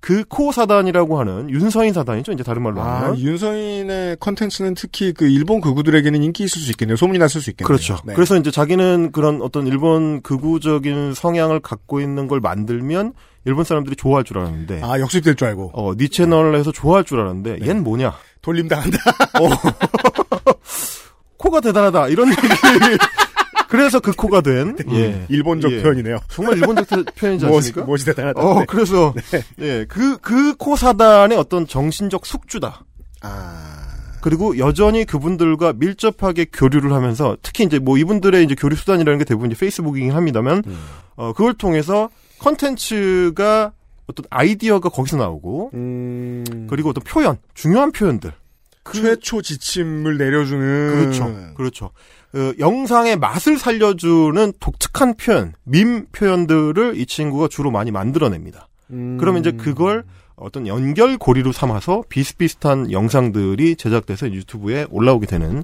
그 코 사단이라고 하는 윤서인 사단이죠 이제 다른 말로 아, 하면 윤서인의 컨텐츠는 특히 그 일본 극우들에게는 인기 있을 수 있겠네요. 소문이 났을 수 있겠네요. 그렇죠. 네. 그래서 이제 자기는 그런 어떤 일본 극우적인 성향을 갖고 있는 걸 만들면 일본 사람들이 좋아할 줄 알았는데. 아, 네. 역수입될 줄 알고. 어, 니 채널에서 좋아할 줄 알았는데, 얜 뭐냐? 돌림 당한다. 코가 대단하다. 이런 얘기. 그래서 그 코가 된. 네. 예. 일본적 예. 표현이네요. 정말 일본적 태- 표현이지 무엇이- 않습니까? 무엇이 대단하다. 어, 뭐, 네. 그래서, 예, 그, 그 코사단의 어떤 정신적 숙주다. 그리고 여전히 그분들과 밀접하게 교류를 하면서 특히 이제 뭐 이분들의 이제 교류 수단이라는 게 대부분 이제 페이스북이긴 합니다만 어 그걸 통해서 컨텐츠가 어떤 아이디어가 거기서 나오고 그리고 어떤 표현 중요한 표현들 최초 지침을 내려주는 그 그렇죠 그렇죠 어, 영상의 맛을 살려주는 독특한 표현 밈 표현들을 이 친구가 주로 많이 만들어냅니다. 그러면 이제 그걸 어떤 연결고리로 삼아서 비슷비슷한 영상들이 제작돼서 유튜브에 올라오게 되는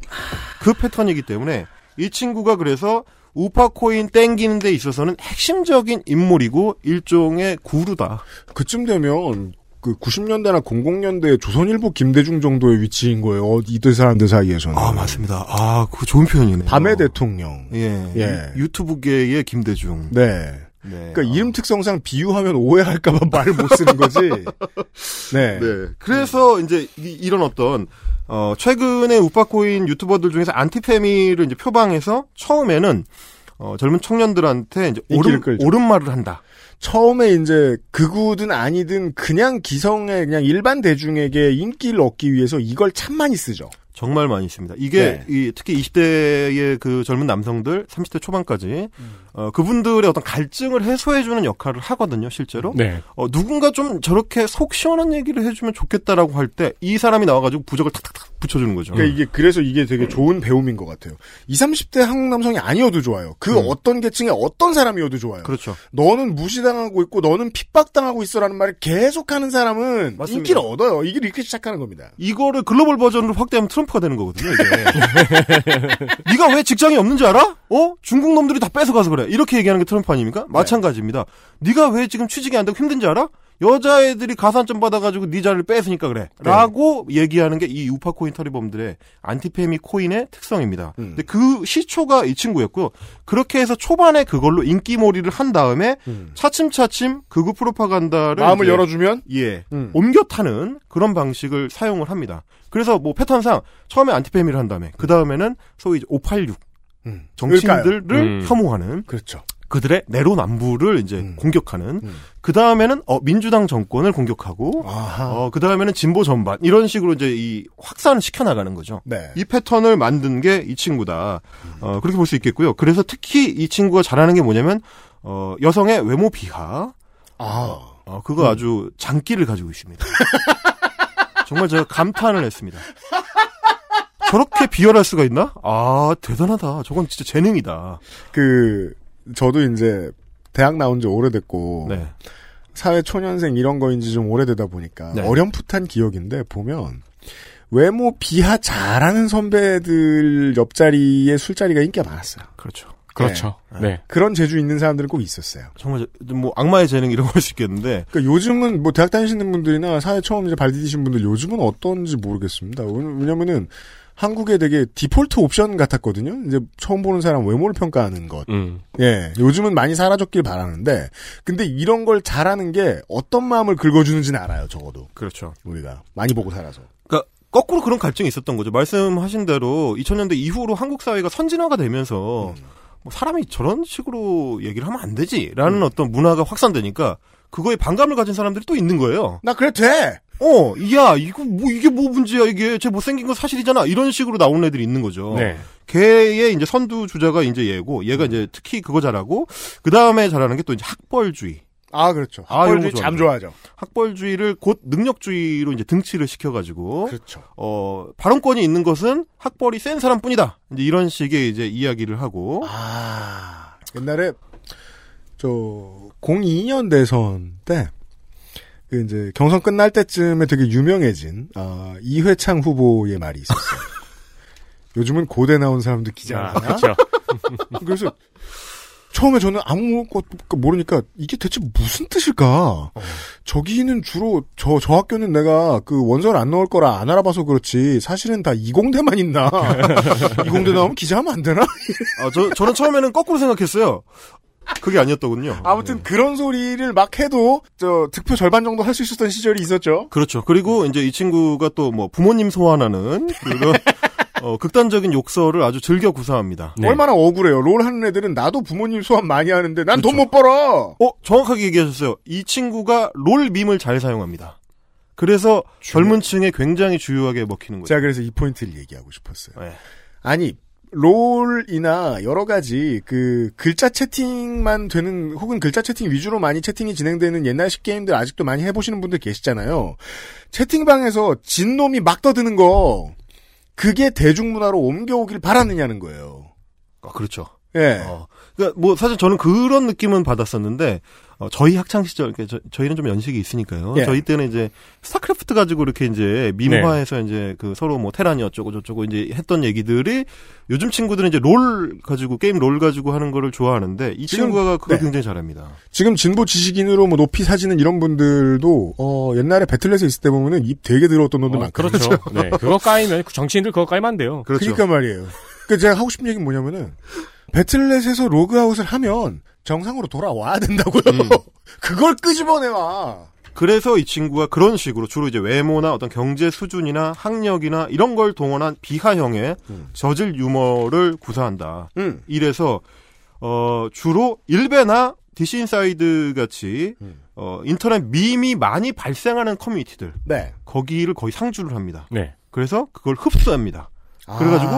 그 패턴이기 때문에 이 친구가 그래서 우파코인 땡기는 데 있어서는 핵심적인 인물이고 일종의 구루다. 그쯤 되면 그 90년대나 00년대 조선일보 김대중 정도의 위치인 거예요. 어, 이들 사람들 사이에서는. 아, 맞습니다. 아, 그거 좋은 표현이네요. 밤의 대통령. 예. 예. 유튜브계의 김대중. 네. 아. 그러니까 이름 특성상 비유하면 오해할까봐 말을 못 쓰는 거지. 네. 그래서 이제 이- 이런 어떤 어 최근에 우파코인 유튜버들 중에서 안티페미를 이제 표방해서 처음에는 어 젊은 청년들한테 이제 인기를 옳은, 끌죠. 옳은 말을 한다. 처음에 이제 극우든 아니든 그냥 기성의 그냥 일반 대중에게 인기를 얻기 위해서 이걸 참 많이 쓰죠. 정말 많이 씁니다. 이게 네. 이- 특히 20대의 그 젊은 남성들, 30대 초반까지 어, 그분들의 어떤 갈증을 해소해주는 역할을 하거든요, 실제로. 네. 어, 누군가 좀 저렇게 속 시원한 얘기를 해주면 좋겠다라고 할 때 이 사람이 나와가지고 부적을 탁탁탁 붙여주는 거죠. 음. 그러니까 이게 그래서 이게 되게 좋은 배움인 것 같아요. 20, 30대 한국 남성이 아니어도 좋아요. 그 어떤 계층의 어떤 사람이어도 좋아요. 음. 그렇죠. 너는 무시당하고 있고 너는 핍박당하고 있어라는 말을 계속하는 사람은 인기를 얻어요. 이게 이렇게 시작하는 겁니다. 예. 이거를 글로벌 버전으로 확대하면 트럼프가 되는 거거든요. 이게. 네가 왜 직장이 없는지 알아? 어? 중국 네. 놈들이 다 뺏어가서 그래. 이렇게 얘기하는 게 트럼프 아닙니까? 마찬가지입니다. 네가 왜 지금 취직이 안 되고 힘든지 알아? 여자애들이 가산점 받아가지고 네 자를 뺏으니까 그래. 라고 얘기하는 게 이 우파코인 터리범들의 안티페미 코인의 특성입니다. 음. 근데 그 시초가 이 친구였고요. 그렇게 해서 초반에 그걸로 인기몰이를 한 다음에 차츰차츰 극우 프로파간다를 마음을 이제 열어주면 예 음. 옮겨 타는 그런 방식을 사용을 합니다. 그래서 뭐 패턴상 처음에 안티페미를 한 다음에 그 다음에는 소위 이제 586 정치인들을 을까요? 음. 혐오하는 그렇죠. 그들의 내로남불을 이제 음. 공격하는 그 다음에는 어 민주당 정권을 공격하고 아. 어그 다음에는 진보 전반 이런 식으로 이제 이 확산을 시켜 나가는 거죠. 네. 음. 이 패턴을 만든 게 이 친구다. 어 그렇게 볼 수 있겠고요. 그래서 특히 이 친구가 잘하는 게 뭐냐면 어 여성의 외모 비하. 아. 어 그거 아주 장기를 가지고 있습니다. 정말 제가 감탄을 했습니다. 저렇게 비열할 수가 있나? 아 대단하다. 저건 진짜 재능이다. 그 저도 이제 대학 나온 지 오래됐고 네. 사회 초년생 이런 거인지 좀 오래되다 보니까 네. 어렴풋한 기억인데 보면 외모 비하 잘하는 선배들 옆자리에 술자리가 인기가 많았어요. 그렇죠. 그렇죠. 네. 그런 재주 있는 사람들은 꼭 있었어요. 정말 뭐 악마의 재능 이라고 할 수 있겠는데 그러니까 요즘은 뭐 대학 다니시는 분들이나 사회 처음 이제 발 디디신 분들 요즘은 어떤지 모르겠습니다. 왜냐- 왜냐면은 한국에 되게 디폴트 옵션 같았거든요. 이제 처음 보는 사람 외모를 평가하는 것. 음. 예, 요즘은 많이 사라졌길 바라는데, 근데 이런 걸 잘하는 게 어떤 마음을 긁어주는지는 알아요, 적어도. 그렇죠. 우리가 많이 보고 살아서. 그러니까 거꾸로 그런 갈증이 있었던 거죠. 말씀하신 대로 2000년대 이후로 한국 사회가 선진화가 어. 음. 되면서 뭐 사람이 저런 식으로 얘기를 하면 안 되지라는 어떤 문화가 확산되니까 그거에 반감을 가진 사람들이 또 있는 거예요. 나 그래 돼. 어, 야 이거 뭐 이게 뭐 문제야 이게 쟤 못생긴 건 사실이잖아 이런 식으로 나오는 애들이 있는 거죠. 어, 네. 걔의 이제 선두 주자가 이제 얘고 얘가 이제 특히 그거 잘하고 그 다음에 잘하는 게 또 이제 학벌주의. 아 그렇죠. 학벌주의 참 좋아하죠. 학벌주의를 곧 능력주의로 이제 등치를 시켜가지고 그렇죠. 어 발언권이 있는 것은 학벌이 센 사람뿐이다. 이제 이런 식의 이제 이야기를 하고 아. 옛날에 저 02년 대선 때. 그 이제 경선 끝날 때쯤에 되게 유명해진 아, 이회창 후보의 말이 있었어요. 요즘은 고대 나온 사람도 기자. 아, 그렇죠. 그래서 처음에 저는 아무것도 모르니까 이게 대체 무슨 뜻일까? 저기는 주로 저, 저 학교는 내가 그 원서를 안 넣을 거라 안 알아봐서 그렇지 사실은 다 이공대만 있나? 이공대 나오면 기자하면 안 되나? 아, 저, 저는 처음에는 거꾸로 생각했어요. 그게 아니었더군요. 아무튼 그런 소리를 막 해도 저 득표 절반 정도 할 수 있었던 시절이 있었죠. 그렇죠. 그리고 이제 이 친구가 또 뭐 부모님 소환하는 그런 어, 극단적인 욕설을 아주 즐겨 구사합니다. 얼마나 억울해요. 롤 하는 애들은 나도 부모님 소환 많이 하는데 난 돈 못 벌어. 어, 정확하게 얘기하셨어요. 이 친구가 롤 밈을 잘 사용합니다. 그래서 젊은 층에 굉장히 주요하게 먹히는 예. 거죠. 제가 그래서 이 포인트를 얘기하고 싶었어요. 아니 롤이나 여러 가지 그 글자 채팅만 되는 혹은 글자 채팅 위주로 많이 채팅이 진행되는 옛날식 게임들 아직도 많이 해보시는 분들 계시잖아요. 채팅방에서 진 놈이 막 떠드는 거 그게 대중문화로 옮겨오길 바라느냐는 거예요. 아, 그렇죠. 예. 어, 그러니까 뭐 사실 저는 그런 느낌은 받았었는데 어, 저희 학창 시절 그러니까 저, 희는좀 연식이 있으니까요. 예. 저희 때는 이제 스타크래프트 가지고 이렇게 이제 민화에서 네. 이제 그 서로 뭐 테란이 어쩌고 저쩌고 이제 했던 얘기들이 요즘 친구들은 이제 롤 가지고 게임 롤 가지고 하는 거를 좋아하는데 이 지금- 친구가 그걸 네. 굉장히 잘합니다. 지금 진보 지식인으로 뭐 높이 사지는 이런 분들도 어 옛날에 배틀넷에 있을 때 보면은 입 되게 더러웠던 놈들 많거든요. 그렇죠. 네. 그거 까이면 정치인들 그거 까이면 안 돼요. 그렇죠. 러니까 말이에요. 그 제가 하고 싶은 얘기는 뭐냐면은 배틀넷에서 로그아웃을 하면 정상으로 돌아와야 된다고요. 음. 그걸 끄집어내와. 그래서 이 친구가 그런 식으로 주로 이제 외모나 어떤 경제 수준이나 학력이나 이런 걸 동원한 비하형의 음. 저질 유머를 구사한다. 이래서 어 주로 일베나 디시인사이드 같이 음. 어 인터넷 밈이 많이 발생하는 커뮤니티들 네. 거기를 거의 상주를 합니다. 네. 그래서 그걸 흡수합니다. 아. 그래가지고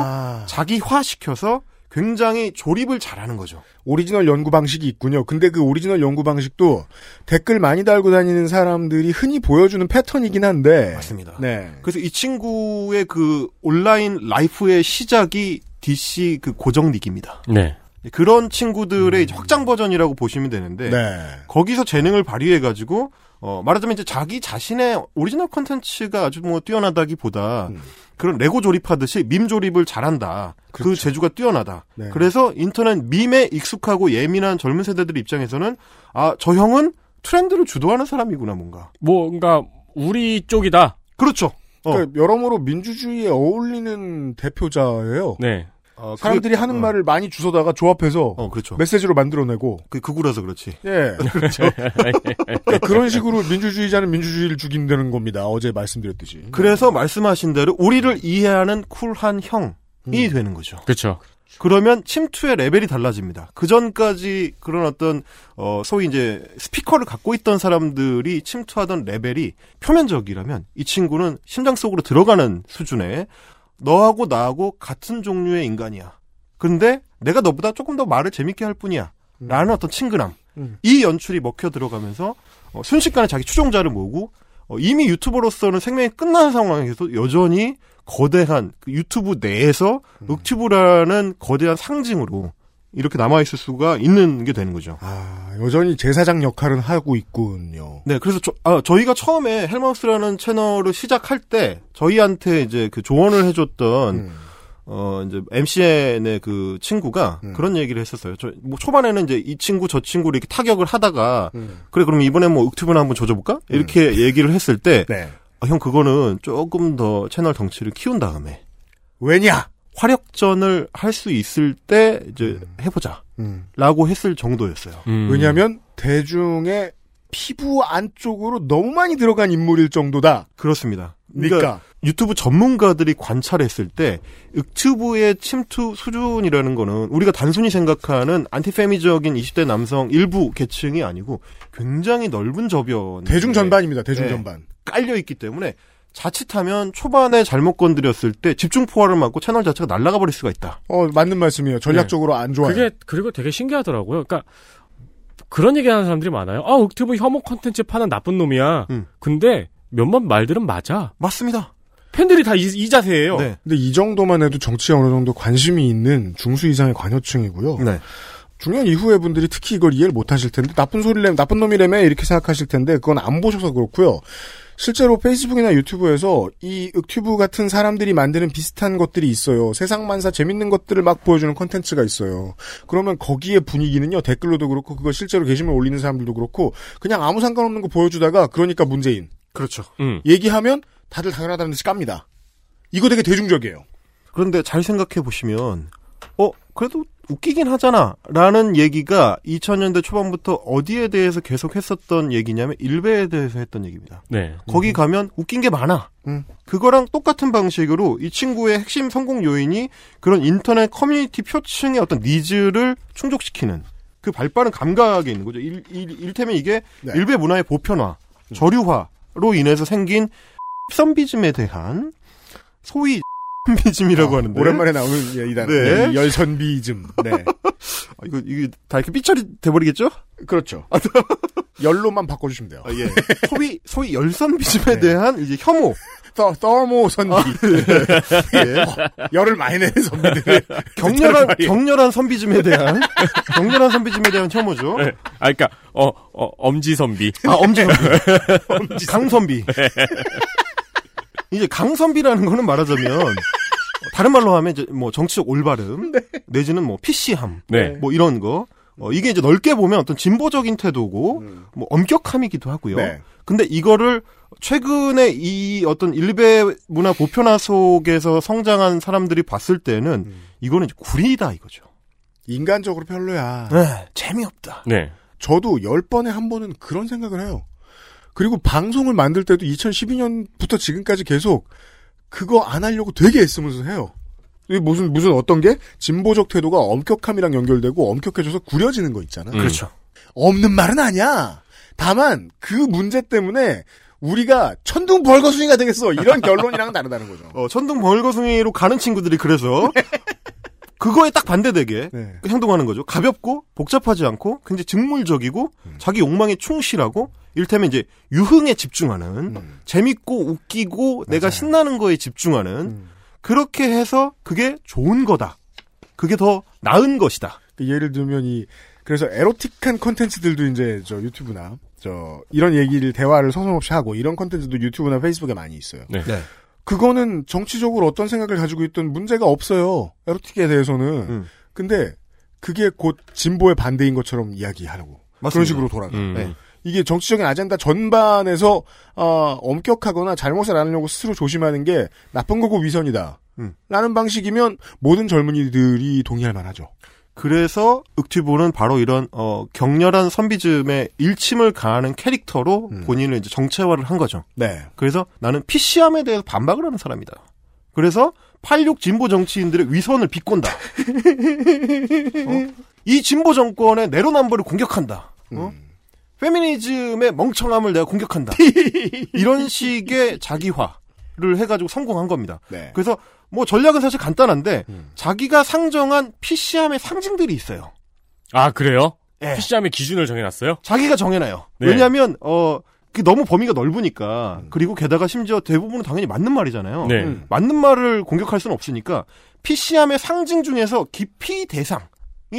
자기화시켜서 굉장히 조립을 잘하는 거죠. 오리지널 연구 방식이 있군요. 근데 그 오리지널 연구 방식도 댓글 많이 달고 다니는 사람들이 흔히 보여주는 패턴이긴 한데 맞습니다. 네. 그래서 이 친구의 그 온라인 라이프의 시작이 DC 그 고정닉입니다. 네. 그런 음. 친구들의 이제 확장 버전이라고 보시면 네. 되는데 거기서 재능을 발휘해 가지고 어 말하자면 이제 자기 자신의 오리지널 컨텐츠가 아주 뭐 뛰어나다기보다 음. 그런 레고 조립하듯이 밈 조립을 잘한다. 그 재주가 뛰어나다. 그렇죠. 네. 그래서 인터넷 밈에 익숙하고 예민한 젊은 세대들 입장에서는 아 저 형은 트렌드를 주도하는 사람이구나 뭔가. 뭔가 뭐, 그러니까 우리 쪽이다. 그렇죠. 그러니까 여러모로 민주주의에 어울리는 대표자예요. 네. 어, 그 사람들이 하는 네. 말을 많이 주워다가 조합해서 메시지로 만들어내고 그렇죠. 그 구구라서 그렇지. 예, 그렇죠. 그러니까 그런 식으로 민주주의자는 민주주의를 죽인다는 겁니다. 어제 말씀드렸듯이. 그래서 말씀하신 대로 우리를 이해하는 쿨한 형이 음. 되는 거죠. 그렇죠. 그러면 침투의 레벨이 달라집니다. 그 전까지 그런 어떤 어 소위 이제 스피커를 갖고 있던 사람들이 침투하던 레벨이 표면적이라면 이 친구는 심장 속으로 들어가는 수준의 너하고 나하고 같은 종류의 인간이야. 근데 내가 너보다 조금 더 말을 재밌게 할 뿐이야. 라는 어떤 친근함. 음. 이 연출이 먹혀 들어가면서 어, 순식간에 자기 추종자를 모으고 어, 이미 유튜버로서는 생명이 끝난 상황에서 여전히 거대한 그 유튜브 내에서 윽튜브라는 거대한 상징으로 이렇게 남아 있을 수가 있는 게 되는 거죠. 아, 여전히 제사장 역할은 하고 있군요. 네, 그래서 저, 아, 저희가 처음에 헬마우스라는 채널을 시작할 때 저희한테 이제 그 조언을 해줬던 어 이제 MCN의 그 친구가 그런 얘기를 했었어요. 저, 뭐 초반에는 이제 이 친구 저 친구를 이렇게 타격을 하다가 그래 그럼 이번에 뭐 윽튜브나 한번 조져볼까 이렇게 얘기를 했을 네. 때 아, 형 그거는 조금 더 채널 덩치를 키운 다음에 왜냐 화력전을 할 수 있을 때 이제 해보자. 라고 했을 정도였어요. 음. 음. 왜냐하면 대중의 피부 안쪽으로 너무 많이 들어간 인물일 정도다. 그렇습니다. 그러니까. 유튜브 전문가들이 관찰했을 때 윽튜브의 침투 수준이라는 거는 우리가 단순히 생각하는 안티페미적인 20대 남성 일부 계층이 아니고 굉장히 넓은 저변 대중 전반입니다. 대중 전반. 깔려 있기 때문에 자칫하면 초반에 잘못 건드렸을 때 집중 포화를 맞고 채널 자체가 날아가 버릴 수가 있다. 어 맞는 말씀이에요. 전략적으로 안 좋아요. 그게 그리고 되게 신기하더라고요. 그러니까 그런 얘기하는 사람들이 많아요. 아, 옥튜브 혐오 콘텐츠 파는 나쁜 놈이야. 근데 몇몇 말들은 맞아. 맞습니다. 팬들이 다 이 자세예요. 네. 근데 이 정도만 해도 정치에 어느 정도 관심이 있는 중수 이상의 음. 관여층이고요. 네. 중년 이후의 분들이 특히 이걸 이해를 못하실 텐데 나쁜 소리라면 나쁜 놈이라며 이렇게 생각하실 텐데 그건 안 보셔서 그렇고요. 실제로 페이스북이나 유튜브에서 이 윽튜브 같은 사람들이 만드는 비슷한 것들이 있어요. 세상만사 재밌는 것들을 막 보여주는 컨텐츠가 있어요. 그러면 거기에 분위기는요 댓글로도 그렇고 그거 실제로 게시물 올리는 사람들도 그렇고 그냥 아무 상관없는 거 보여주다가 그러니까 문재인 그렇죠. 음. 얘기하면 다들 당연하다는 듯이 깝니다. 이거 되게 대중적이에요. 그런데 잘 생각해 보시면 어 그래도 웃기긴 하잖아라는 얘기가 2000년대 초반부터 어디에 대해서 계속 했었던 얘기냐면 일베에 대해서 했던 얘기입니다. 네. 음. 거기 가면 웃긴 게 많아. 그거랑 똑같은 방식으로 이 친구의 핵심 성공 요인이 그런 인터넷 커뮤니티 표층의 어떤 니즈를 충족시키는 그 발빠른 감각이 있는 거죠. 일, 일, 일테면 이게 네. 일베 문화의 보편화, 음. 저류화로 인해서 생긴 선비즘에 대한 소위 선비즘이라고 아, 하는데 오랜만에 나오는 얘기다. 네. 네, 열선비즘. 네. 아, 이거 이거 다 이렇게 삐처리 돼버리겠죠? 그렇죠. 열로만 바꿔주시면 돼요. 예. 소위 소위 열선비즘에 네. 대한 이제 혐오. 더, 더모 선비. 예. 열을 많이 내는 선비들. 격렬한 말이에요. 격렬한 선비즘에 대한 격렬한 선비즘에 대한 혐오죠. 네. 아, 그러니까 어, 어, 엄지 선비. 아 엄지 선비, 강 선비. 이제 강 선비라는 거는 말하자면 다른 말로 하면 이제 뭐 정치적 올바름 내지는 뭐 PC함 네. 뭐 이런 거. 어, 이게 이제 넓게 보면 어떤 진보적인 태도고 뭐 엄격함이기도 하고요. 네. 근데 이거를 최근에 이 어떤 일베 문화 보편화 속에서 성장한 사람들이 봤을 때는 이거는 이제 구리다 이거죠. 인간적으로 별로야. 네, 재미없다. 네. 저도 열 번에 한 번은 그런 생각을 해요. 그리고 방송을 만들 때도 2012년부터 지금까지 계속 그거 안 하려고 되게 애쓰면서 해요. 이게 무슨 무슨 어떤 게 진보적 태도가 엄격함이랑 연결되고 엄격해져서 구려지는 거 있잖아. 음. 그렇죠. 없는 말은 아니야. 다만 그 문제 때문에 우리가 천둥 벌거숭이가 되겠어. 이런 결론이랑은 다르다는 거죠. 어, 천둥 벌거숭이로 가는 친구들이 그래서 그거에 딱 반대되게 네. 행동하는 거죠. 가볍고 복잡하지 않고 굉장히 직물적이고 자기 욕망에 충실하고 일테면 이제 유흥에 집중하는 재밌고 웃기고 내가 신나는 거에 집중하는 그렇게 해서 그게 좋은 거다. 그게 더 나은 것이다. 그 예를 들면 이 그래서 에로틱한 컨텐츠들도 이제 저 유튜브나 저 이런 얘기를 대화를 서슴없이 하고 이런 컨텐츠도 유튜브나 페이스북에 많이 있어요. 네. 그거는 정치적으로 어떤 생각을 가지고 있던 문제가 없어요. 에로틱에 대해서는. 근데 그게 곧 진보의 반대인 것처럼 이야기하라고. 맞습니다. 그런 식으로 돌아가. 음. 네. 이게 정치적인 아젠다 전반에서 어, 엄격하거나 잘못을 안 하려고 스스로 조심하는 게 나쁜 거고 위선이다. 라는 방식이면 모든 젊은이들이 동의할 만하죠. 그래서 윽튜브는 바로 이런 어, 격렬한 선비즘에 일침을 가하는 캐릭터로 본인을 이제 정체화를 한 거죠. 네. 그래서 나는 PC함에 대해서 반박을 하는 사람이다. 그래서 86 진보 정치인들의 위선을 비꼰다. 어? 이 진보 정권의 내로남불을 공격한다. 어? 페미니즘의 멍청함을 내가 공격한다. 이런 식의 자기화를 해가지고 성공한 겁니다. 네. 그래서 뭐 전략은 사실 간단한데 자기가 상정한 PC함의 상징들이 있어요. 아 그래요? PC함의 기준을 정해놨어요? 자기가 정해놔요. 네. 왜냐하면 어. 그 너무 범위가 넓으니까 그리고 게다가 심지어 대부분은 당연히 맞는 말이잖아요. 네. 음. 맞는 말을 공격할 수는 없으니까 PC함의 상징 중에서 깊이 대상이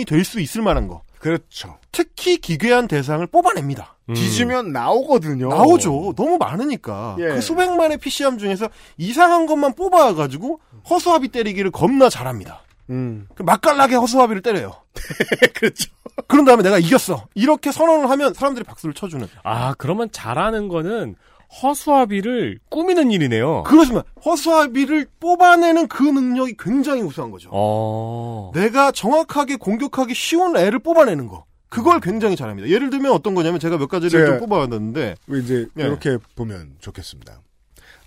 될 수 있을 만한 거. 그렇죠. 특히 기괴한 대상을 뽑아냅니다. 음. 뒤지면 나오거든요. 나오죠. 너무 많으니까. 예. 그 수백만의 PC함 중에서 이상한 것만 뽑아가지고 허수아비 때리기를 겁나 잘합니다. 음. 그 맛깔나게 허수아비를 때려요. 그렇죠. 그런 다음에 내가 이겼어. 이렇게 선언을 하면 사람들이 박수를 쳐주는. 아 그러면 잘하는 거는 허수아비를 꾸미는 일이네요. 그렇지만 허수아비를 뽑아내는 그 능력이 굉장히 우수한 거죠. 어. 내가 정확하게 공격하기 쉬운 애를 뽑아내는 거. 그걸 굉장히 잘합니다. 예를 들면 어떤 거냐면 제가 몇 가지를 음. 제- 좀 뽑아왔는데 뭐 이제 예. 이렇게 보면 좋겠습니다.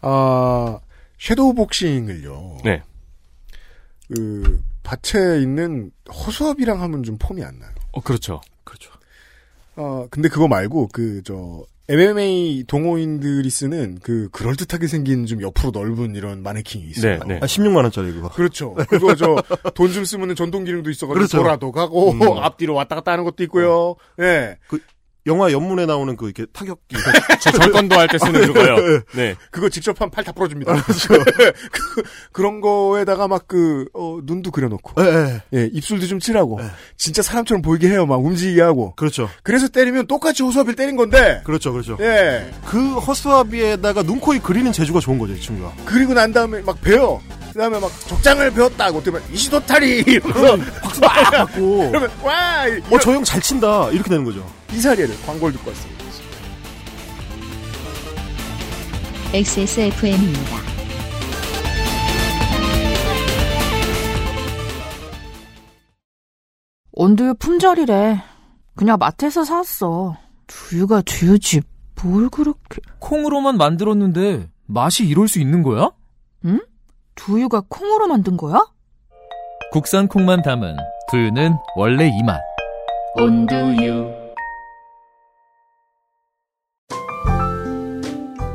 아, 섀도우 복싱을요. 네. 그 밭에 있는 허수아비랑 하면 좀 폼이 안 나요. 어 그렇죠. 어, 근데 그거 말고 그 저 MMA 동호인들이 쓰는 그 그럴듯하게 생긴 좀 옆으로 넓은 이런 마네킹이 있어요. 네, 네. 아, 16만 원짜리 그거. 그렇죠. 그거 저 돈 좀 쓰면은 전동 기능도 있어가지고 그렇죠. 돌아도 가고 음. 앞뒤로 왔다 갔다 하는 것도 있고요. 예. 그 영화 연문에 나오는 그 이렇게 타격기. 네. 아, 저 절권도 할 때 쓰는 그거요. 네. 그거 직접 하면 팔 다 부러집니다. 아, 그렇죠. 그, 그런 거에다가 막 그 눈도 그려놓고, 예, 입술도 좀 칠하고, 네. 진짜 사람처럼 보이게 해요. 막 움직이게 하고. 그렇죠. 그래서 때리면 똑같이 호수아비를 때린 건데. 그렇죠, 그렇죠. 예. 그 허수아비에다가 눈코입 그리는 재주가 좋은 거죠, 이 친구가. 그리고 난 다음에 막 배워. 그 다음에 막 적장을 배웠다고. 어떻게 보면 이시도탈이! 이러면서 박수 막 받고. 그러면, 와! 이- 뭐, 어, 저 형 잘 친다. 이렇게 되는 거죠. 이 사례를 광고를 듣고 왔습니다. XSFM입니다. 원두유 품절이래. 그냥 마트에서 샀어. 두유가 두유지. 뭘 그렇게. 콩으로만 만들었는데 맛이 이럴 수 있는 거야? 응? 두유가 콩으로 만든 거야? 국산 콩만 담은 두유는 원래 이 맛. 온두유.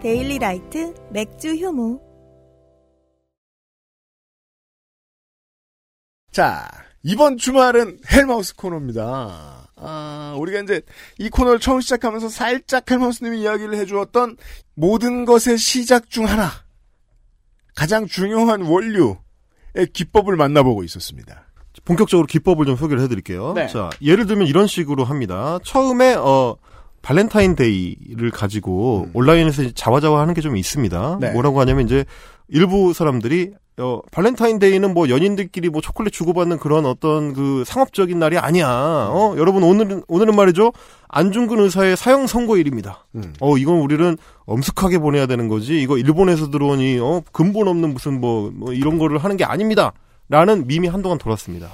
데일리 라이트 맥주 효모. 자, 이번 주말은 헬마우스 코너입니다. 아, 우리가 이제 이 코너를 처음 시작하면서 살짝 헬마우스님이 이야기를 해주었던 모든 것의 시작 중 하나. 가장 중요한 원료의 기법을 만나보고 있었습니다. 본격적으로 기법을 좀 소개를 해드릴게요. 네. 자, 예를 들면 이런 식으로 합니다. 처음에 어 발렌타인데이를 가지고 온라인에서 이제 자화자와 하는 게 좀 있습니다. 네. 뭐라고 하냐면 이제 일부 사람들이 어 발렌타인데이는 뭐 연인들끼리 뭐 초콜릿 주고받는 그런 어떤 그 상업적인 날이 아니야. 어 여러분 오늘은 오늘은 말이죠 안중근 의사의 사형 선고일입니다. 어 이건 우리는 엄숙하게 보내야 되는 거지. 이거 일본에서 들어온 이어 근본 없는 무슨 뭐, 뭐 이런 거를 하는 게 아닙니다. 라는 밈이 한동안 돌았습니다.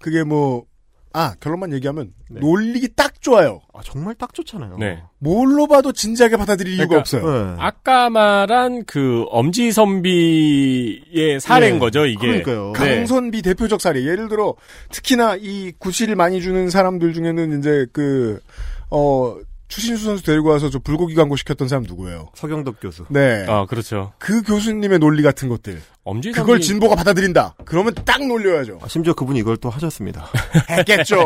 그게 뭐, 아, 결론만 얘기하면, 놀리기 딱 좋아요. 아, 정말 딱 좋잖아요. 네. 네. 뭘로 봐도 진지하게 받아들일 이유가 그러니까, 없어요. 아까 말한 그 엄지 선비의 사례인 예. 거죠, 이게. 그러니까요. 네. 강선비 대표적 사례. 예를 들어 특히나 이 구실을 많이 주는 사람들 중에는 이제 그 어 추신수 선수 데리고 와서 저 불고기 광고 시켰던 사람 누구예요? 서경덕 교수. 네. 아, 그렇죠. 그 교수님의 논리 같은 것들. 엄지 그걸 진보가 받아들인다. 그러면 딱 놀려야죠. 아, 심지어 그분이 이걸 또 하셨습니다. 했겠죠.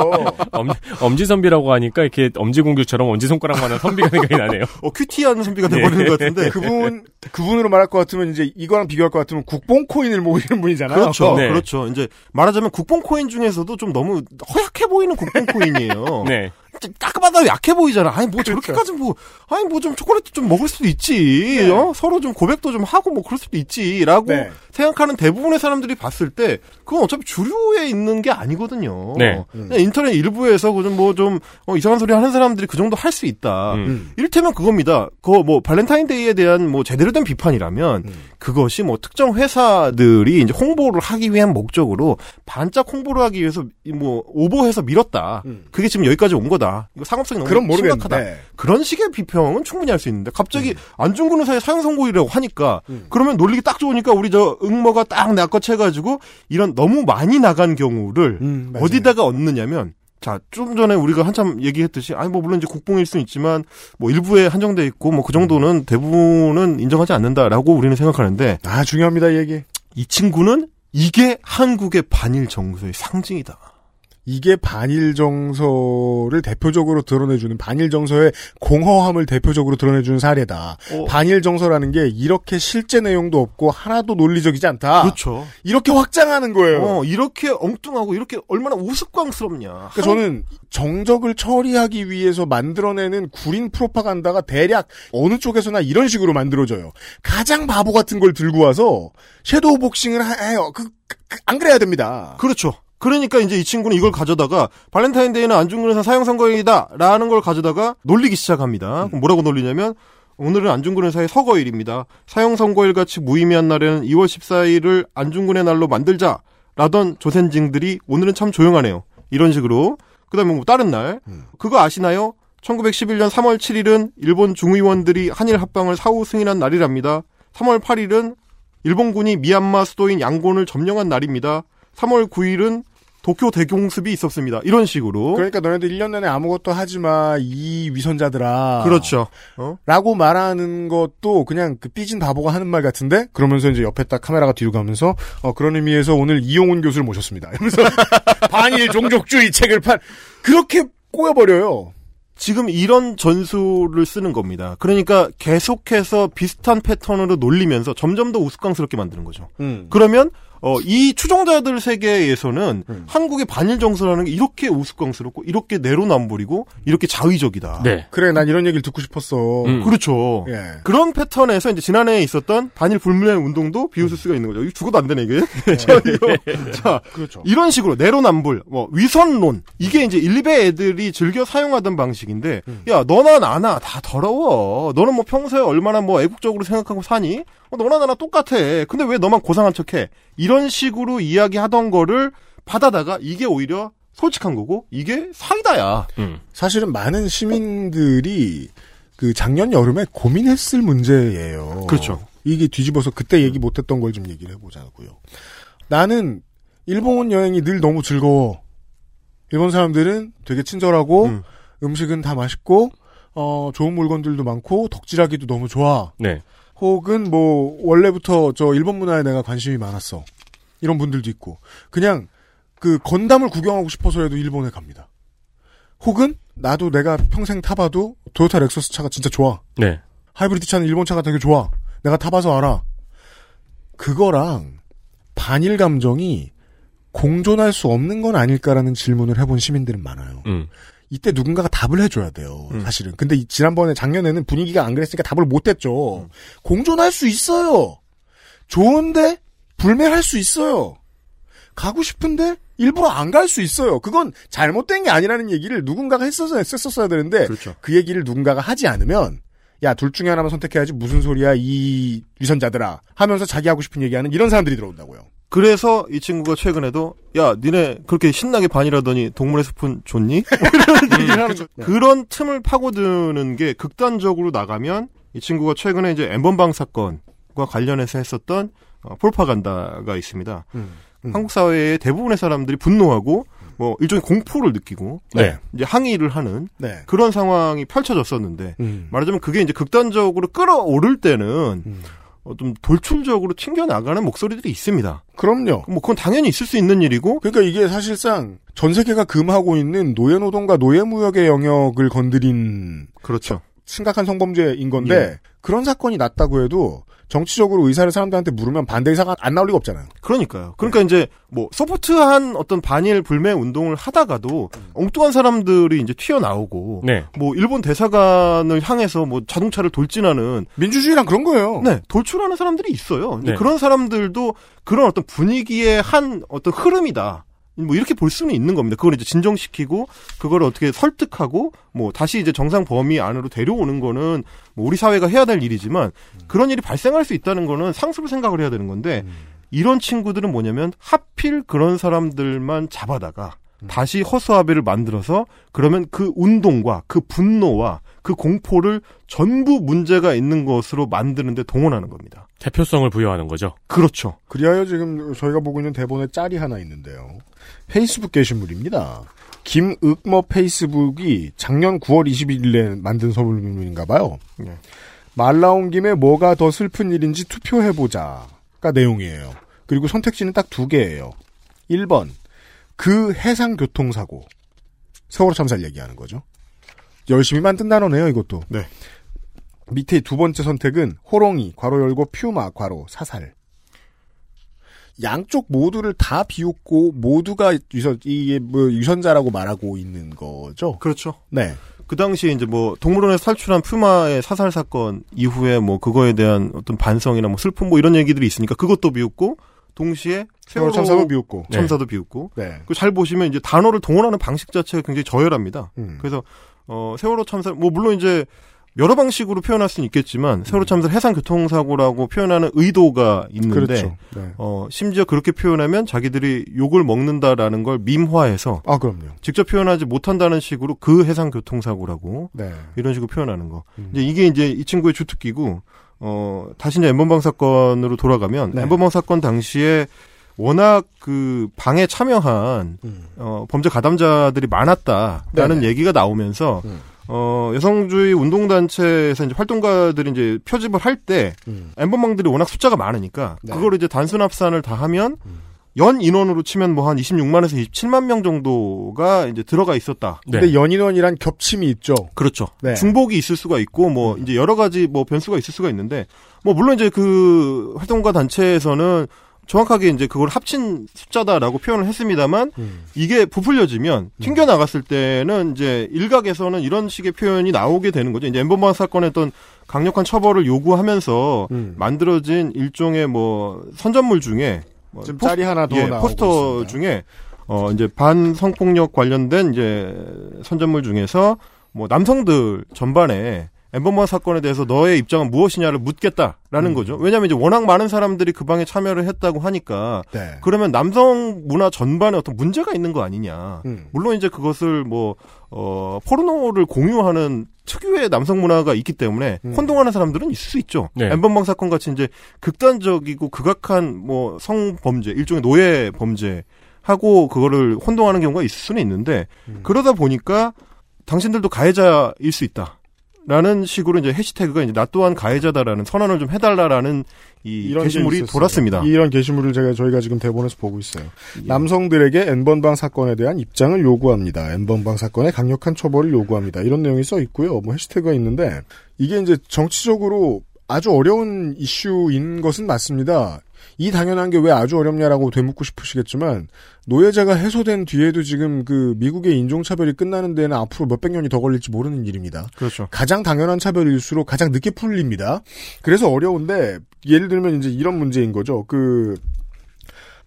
엄, 엄지 선비라고 하니까 이렇게 엄지 공주처럼 엄지 손가락만한 선비가 생각이 나네요. 어, 큐티한 선비가 돼버리는 것 같은데. 그분 그분으로 말할 것 같으면 이제 이거랑 비교할 것 같으면 국뽕 코인을 모으시는 분이잖아요. 그렇죠. 네. 그렇죠. 이제 말하자면 국뽕 코인 중에서도 좀 너무 허약해 보이는 국뽕 코인이에요. 네. 따끔하다 약해 보이잖아. 아니 뭐 저렇게까지 뭐 아니 뭐 좀 초콜릿 좀 먹을 수도 있지. 어? 서로 좀 고백도 좀 하고 뭐 그럴 수도 있지라고 네. 생각하는 대부분의 사람들이 봤을 때 그건 어차피 주류에 있는 게 아니거든요. 네. 그냥 인터넷 일부에서 그좀 뭐좀 어, 이상한 소리 하는 사람들이 그 정도 할 수 있다. 이를테면 그겁니다. 그거 뭐 발렌타인데이에 대한 뭐 제대로 된 음. 비판이라면 그것이 뭐 특정 회사들이 이제 홍보를 하기 위한 목적으로 반짝 홍보를 하기 위해서 이뭐 오버해서 밀었다. 그게 지금 여기까지 온 거다. 이거 상업성이 음. 너무 그럼 모르겠는데. 네. 음. 심각하다. 그런 식의 비평은 충분히 할 수 있는데 갑자기 안중근 의사의 사형 선고일이라고 하니까 그러면 논리가 딱 좋으니까 우리 저 응모가 딱 낚아채가지고 이런 너무 많이 나간 경우를 음. 어디다가 얻느냐면 자 좀 전에 우리가 한참 얘기했듯이 아니 뭐 물론 이제 국뽕일 수는 있지만 뭐 일부에 한정돼 있고 뭐 그 정도는 대부분은 인정하지 않는다라고 우리는 생각하는데 아 중요합니다 이 얘기 이 친구는 이게 한국의 반일 정서의 상징이다. 이게 반일 정서를 대표적으로 드러내주는 반일 정서의 공허함을 대표적으로 드러내주는 사례다. 어. 반일 정서라는 게 이렇게 실제 내용도 없고 하나도 논리적이지 않다. 그렇죠. 이렇게 확장하는 거예요. 어, 이렇게 엉뚱하고 이렇게 얼마나 우스꽝스럽냐. 그러니까 저는 정적을 처리하기 위해서 만들어내는 구린 프로파간다가 대략 어느 쪽에서나 이런 식으로 만들어져요. 가장 바보 같은 걸 들고 와서 섀도우 복싱을 하- 해요. 그, 그- 그- 안 그래야 됩니다. 그렇죠. 그러니까 이제 이 친구는 이걸 가져다가 발렌타인데이는 안중근 의사 사형 선거일이다라는 걸 가져다가 놀리기 시작합니다. 그럼 뭐라고 놀리냐면 오늘은 안중근 의사의 서거일입니다. 사형 선거일 같이 무의미한 날에는 2월 14일을 안중근의 날로 만들자라던 조센징들이 오늘은 참 조용하네요. 이런 식으로 그다음에 뭐 다른 날 그거 아시나요? 1911년 3월 7일은 일본 중의원들이 한일 합방을 사후 승인한 날이랍니다. 3월 8일은 일본군이 미얀마 수도인 양곤을 점령한 날입니다. 3월 9일은 도쿄 대공습이 있었습니다. 이런 식으로. 그러니까 너네들 1년 내내 아무것도 하지 마. 이 위선자들아. 그렇죠. 어? 라고 말하는 것도 그냥 그 삐진 바보가 하는 말 같은데 그러면서 이제 옆에 딱 카메라가 뒤로 가면서 어 그런 의미에서 오늘 이용훈 교수를 모셨습니다. 이러면서 반일 종족주의 책을 팔 그렇게 꼬여버려요. 지금 이런 전술을 쓰는 겁니다. 그러니까 계속해서 비슷한 패턴으로 놀리면서 점점 더 우스꽝스럽게 만드는 거죠. 음. 그러면 어, 이 추종자들 세계에서는 한국의 반일 정서라는 게 이렇게 우스꽝스럽고 이렇게 내로남불이고 이렇게 아. 자의적이다. 네. 그래 난 이런 얘기를 듣고 싶었어. 음. 그렇죠. 그런 패턴에서 이제 지난해에 있었던 반일 불문의 운동도 비웃을 수가 있는 거죠. 이거 죽어도 안 되네 이게. 자, 이거. 자, 이런 식으로 내로남불, 뭐 위선론 이게 이제 일베 애들이 즐겨 사용하던 방식인데, 야 너나 나나 다 더러워. 너는 뭐 평소에 얼마나 뭐 애국적으로 생각하고 사니? 어, 너나 나나 똑같아. 근데 왜 너만 고상한 척해? 이런 식으로 이야기하던 거를 받아다가 이게 오히려 솔직한 거고 이게 사이다야. 사실은 많은 시민들이 그 작년 여름에 고민했을 문제예요. 그렇죠. 이게 뒤집어서 그때 얘기 못했던 걸 좀 얘기를 해보자고요. 나는 일본 여행이 늘 너무 즐거워. 일본 사람들은 되게 친절하고 음. 식은다 맛있고 어, 좋은 물건들도 많고 덕질하기도 너무 좋아. 네. 혹은 뭐 원래부터 저 일본 문화에 내가 관심이 많았어. 이런 분들도 있고 그냥 그 건담을 구경하고 싶어서라도 일본에 갑니다. 혹은 나도 내가 평생 타봐도 도요타 렉서스 차가 진짜 좋아. 네. 하이브리드 차는 일본 차가 되게 좋아. 내가 타봐서 알아. 그거랑 반일 감정이 공존할 수 없는 건 아닐까라는 질문을 해본 시민들은 많아요. 음. 이때 누군가가 답을 해줘야 돼요. 사실은. 근데 이- 지난번에 작년에는 분위기가 안 그랬으니까 답을 못했죠. 공존할 수 있어요. 좋은데 불매할 수 있어요. 가고 싶은데 일부러 안 갈 수 있어요. 그건 잘못된 게 아니라는 얘기를 누군가가 했었어야, 했었어야 되는데 그 얘기를 누군가가 하지 않으면 야 둘 중에 하나만 선택해야지 무슨 소리야 이 위선자들아 하면서 자기 하고 싶은 얘기하는 이런 사람들이 들어온다고요. 그래서 이 친구가 최근에도 야 니네 그렇게 신나게 반일하더니 동물의 숲은 좋니? 뭐 음, 네. 그런 틈을 파고드는 게 극단적으로 나가면 이 친구가 최근에 이제 엠번방 사건과 관련해서 음, 했었던 어, 폴파간다가 있습니다. 한국 사회의 대부분의 사람들이 분노하고 뭐 일종의 공포를 느끼고 네. 이제 항의를 하는 네. 그런 상황이 펼쳐졌었는데 음. 말하자면 그게 이제 극단적으로 끌어오를 때는 어, 좀 돌출적으로 튕겨 나가는 목소리들이 있습니다. 그럼요. 뭐 그건 당연히 있을 수 있는 일이고. 그러니까 이게 사실상 전 세계가 금하고 있는 노예노동과 노예무역의 영역을 건드린 그렇죠. 심각한 성범죄인 건데 예. 그런 사건이 났다고 해도 정치적으로 의사를 사람들한테 물으면 반대 의사가 안 나올 리가 없잖아요. 그러니까요. 그러니까 이제 뭐 소프트한 어떤 반일 불매 운동을 하다가도 엉뚱한 사람들이 이제 튀어나오고 네. 뭐 일본 대사관을 향해서 뭐 자동차를 돌진하는 민주주의랑 그런 거예요. 네, 돌출하는 사람들이 있어요. 근데 네. 그런 사람들도 그런 어떤 분위기의 한 어떤 흐름이다. 뭐 이렇게 볼 수는 있는 겁니다. 그걸 이제 진정시키고 그걸 어떻게 설득하고 뭐 다시 이제 정상 범위 안으로 데려오는 거는 뭐 우리 사회가 해야 될 일이지만 그런 일이 발생할 수 있다는 거는 상습을 생각을 해야 되는 건데 이런 친구들은 뭐냐면 하필 그런 사람들만 잡아다가 다시 허수아비를 만들어서 그러면 그 운동과 그 분노와 그 공포를 전부 문제가 있는 것으로 만드는데 동원하는 겁니다. 대표성을 부여하는 거죠. 그렇죠. 그리하여 지금 저희가 보고 있는 대본에 짤이 하나 있는데요. 페이스북 게시물입니다. 김อึ모 페이스북이 작년 9월 21일에 만든 서울민인가 봐요. 말 나온 김에 뭐가 더 슬픈 일인지 투표해보자가 내용이에요. 그리고 선택지는 딱 두 개예요. 1번 그 해상교통사고 세월호 참사를 얘기하는 거죠. 열심히 만든 단어네요, 이것도. 네. 밑에 두 번째 선택은 호롱이 괄호 열고 퓨마 괄호 사살. 양쪽 모두를 다 비웃고 모두가 유선 이게 뭐 유선자라고 말하고 있는 거죠. 그렇죠. 네. 그 당시 이제 뭐 동물원에서 탈출한 푸마의 사살 사건 이후에 뭐 그거에 대한 어떤 반성이나 뭐 슬픔 뭐 이런 얘기들이 있으니까 그것도 비웃고 동시에 세월호 참사도 비웃고. 참사도 네. 비웃고 네. 그잘 보시면 이제 단어를 동원하는 방식 자체가 굉장히 저열합니다. 음. 그래서 어 세월호 참사 뭐 물론 이제 여러 방식으로 표현할 수는 있겠지만 세월호 참사 해상 교통사고라고 표현하는 의도가 있는데 음. 그렇죠. 네. 어 심지어 그렇게 표현하면 자기들이 욕을 먹는다라는 걸 밈화해서 아 그럼요. 직접 표현하지 못한다는 식으로 그 해상 교통사고라고 네. 이런 식으로 표현하는 거. 이제 이게 이제 이 친구의 주특기고 어 다시 이제 엠번방 사건으로 돌아가면 엠번방 사건 당시에 워낙 그 방에 참여한 어 범죄 가담자들이 많았다라는 얘기가 나오면서 어 여성주의 운동 단체에서 이제 활동가들이 이제 표집을 할 때 음. 엠번방들이 워낙 숫자가 많으니까 그걸 이제 단순 합산을 다 하면 연 인원으로 치면 뭐 한 26만에서 27만 명 정도가 이제 들어가 있었다. 네. 근데 연인원이란 겹침이 있죠. 그렇죠. 네. 중복이 있을 수가 있고 뭐 이제 여러 가지 뭐 변수가 있을 수가 있는데 뭐 물론 이제 그 활동가 단체에서는 정확하게 이제 그걸 합친 숫자다라고 표현을 했습니다만 이게 부풀려지면 튕겨 나갔을 때는 이제 일각에서는 이런 식의 표현이 나오게 되는 거죠. 이제 엠범방 사건의 어떤 강력한 처벌을 요구하면서 만들어진 일종의 뭐 선전물 중에 뭐 지금 포스- 짤이 하나 더 예, 나오고 포스터 중에 어 이제 반성폭력 관련된 이제 선전물 중에서 뭐 남성들 전반에 엠범방 사건에 대해서 너의 입장은 무엇이냐를 묻겠다라는 음. 거죠. 왜냐하면 이제 워낙 많은 사람들이 그 방에 참여를 했다고 하니까 네. 그러면 남성 문화 전반에 어떤 문제가 있는 거 아니냐. 음. 물론 이제 그것을 뭐, 어, 포르노를 공유하는 특유의 남성 문화가 있기 때문에 음. 혼동하는 사람들은 있을 수 있죠. 네. 엠번방 사건 같이 이제 극단적이고 극악한 뭐 성범죄, 일종의 노예 범죄 하고 그거를 혼동하는 경우가 있을 수는 있는데 음. 그러다 보니까 당신들도 가해자일 수 있다. 라는 식으로 이제 해시태그가 이제 나 또한 가해자다라는 선언을 좀 해달라라는 이 이런 게 게시물이 있었어요. 돌았습니다. 예. 이런 게시물을 제가 저희가 지금 대본에서 보고 있어요. 남성들에게 N번방 사건에 대한 입장을 요구합니다. N번방 사건의 강력한 처벌을 요구합니다. 이런 내용이 써 있고요. 뭐 해시태그가 있는데 이게 이제 정치적으로 아주 어려운 이슈인 것은 맞습니다. 이 당연한 게 왜 아주 어렵냐라고 되묻고 싶으시겠지만 노예제가 해소된 뒤에도 지금 그 미국의 인종차별이 끝나는 데는 앞으로 몇백 년이 더 걸릴지 모르는 일입니다. 그렇죠. 가장 당연한 차별일수록 가장 늦게 풀립니다. 그래서 어려운데 예를 들면 이제 이런 문제인 거죠. 그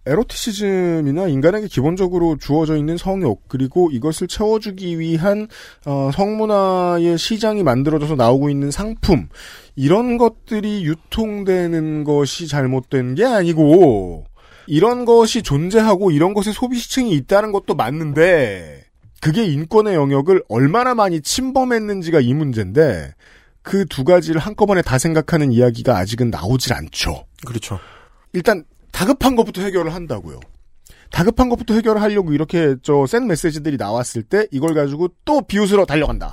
에로티시즘이나 인간에게 기본적으로 주어져 있는 성욕 그리고 이것을 채워주기 위한 어, 성문화의 시장이 만들어져서 나오고 있는 상품 이런 것들이 유통되는 것이 잘못된 게 아니고 이런 것이 존재하고 이런 것의 소비시층이 있다는 것도 맞는데 그게 인권의 영역을 얼마나 많이 침범했는지가 이 문제인데 그 두 가지를 한꺼번에 다 생각하는 이야기가 아직은 나오질 않죠. 그렇죠. 일단 다급한 것부터 해결을 한다고요. 다급한 것부터 해결하려고 이렇게 저 센 메시지들이 나왔을 때 이걸 가지고 또 비웃으러 달려간다.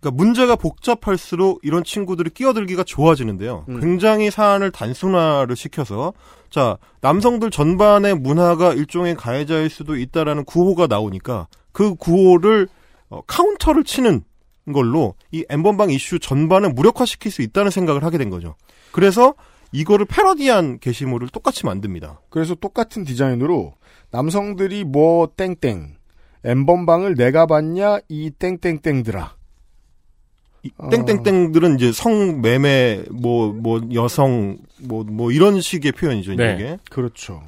그러니까 문제가 복잡할수록 이런 친구들이 끼어들기가 좋아지는데요. 굉장히 사안을 단순화를 시켜서 자 남성들 전반의 문화가 일종의 가해자일 수도 있다라는 구호가 나오니까 그 구호를 어, 카운터를 치는 걸로 이 엠번방 이슈 전반을 무력화시킬 수 있다는 생각을 하게 된 거죠. 그래서 이거를 패러디한 게시물을 똑같이 만듭니다. 그래서 똑같은 디자인으로 남성들이 뭐 땡땡 엠번방을 내가 봤냐 이 땡땡땡들아 땡땡땡들은 이제 성매매 뭐 뭐 여성 뭐 뭐 이런 식의 표현이죠 네. 이게. 그렇죠.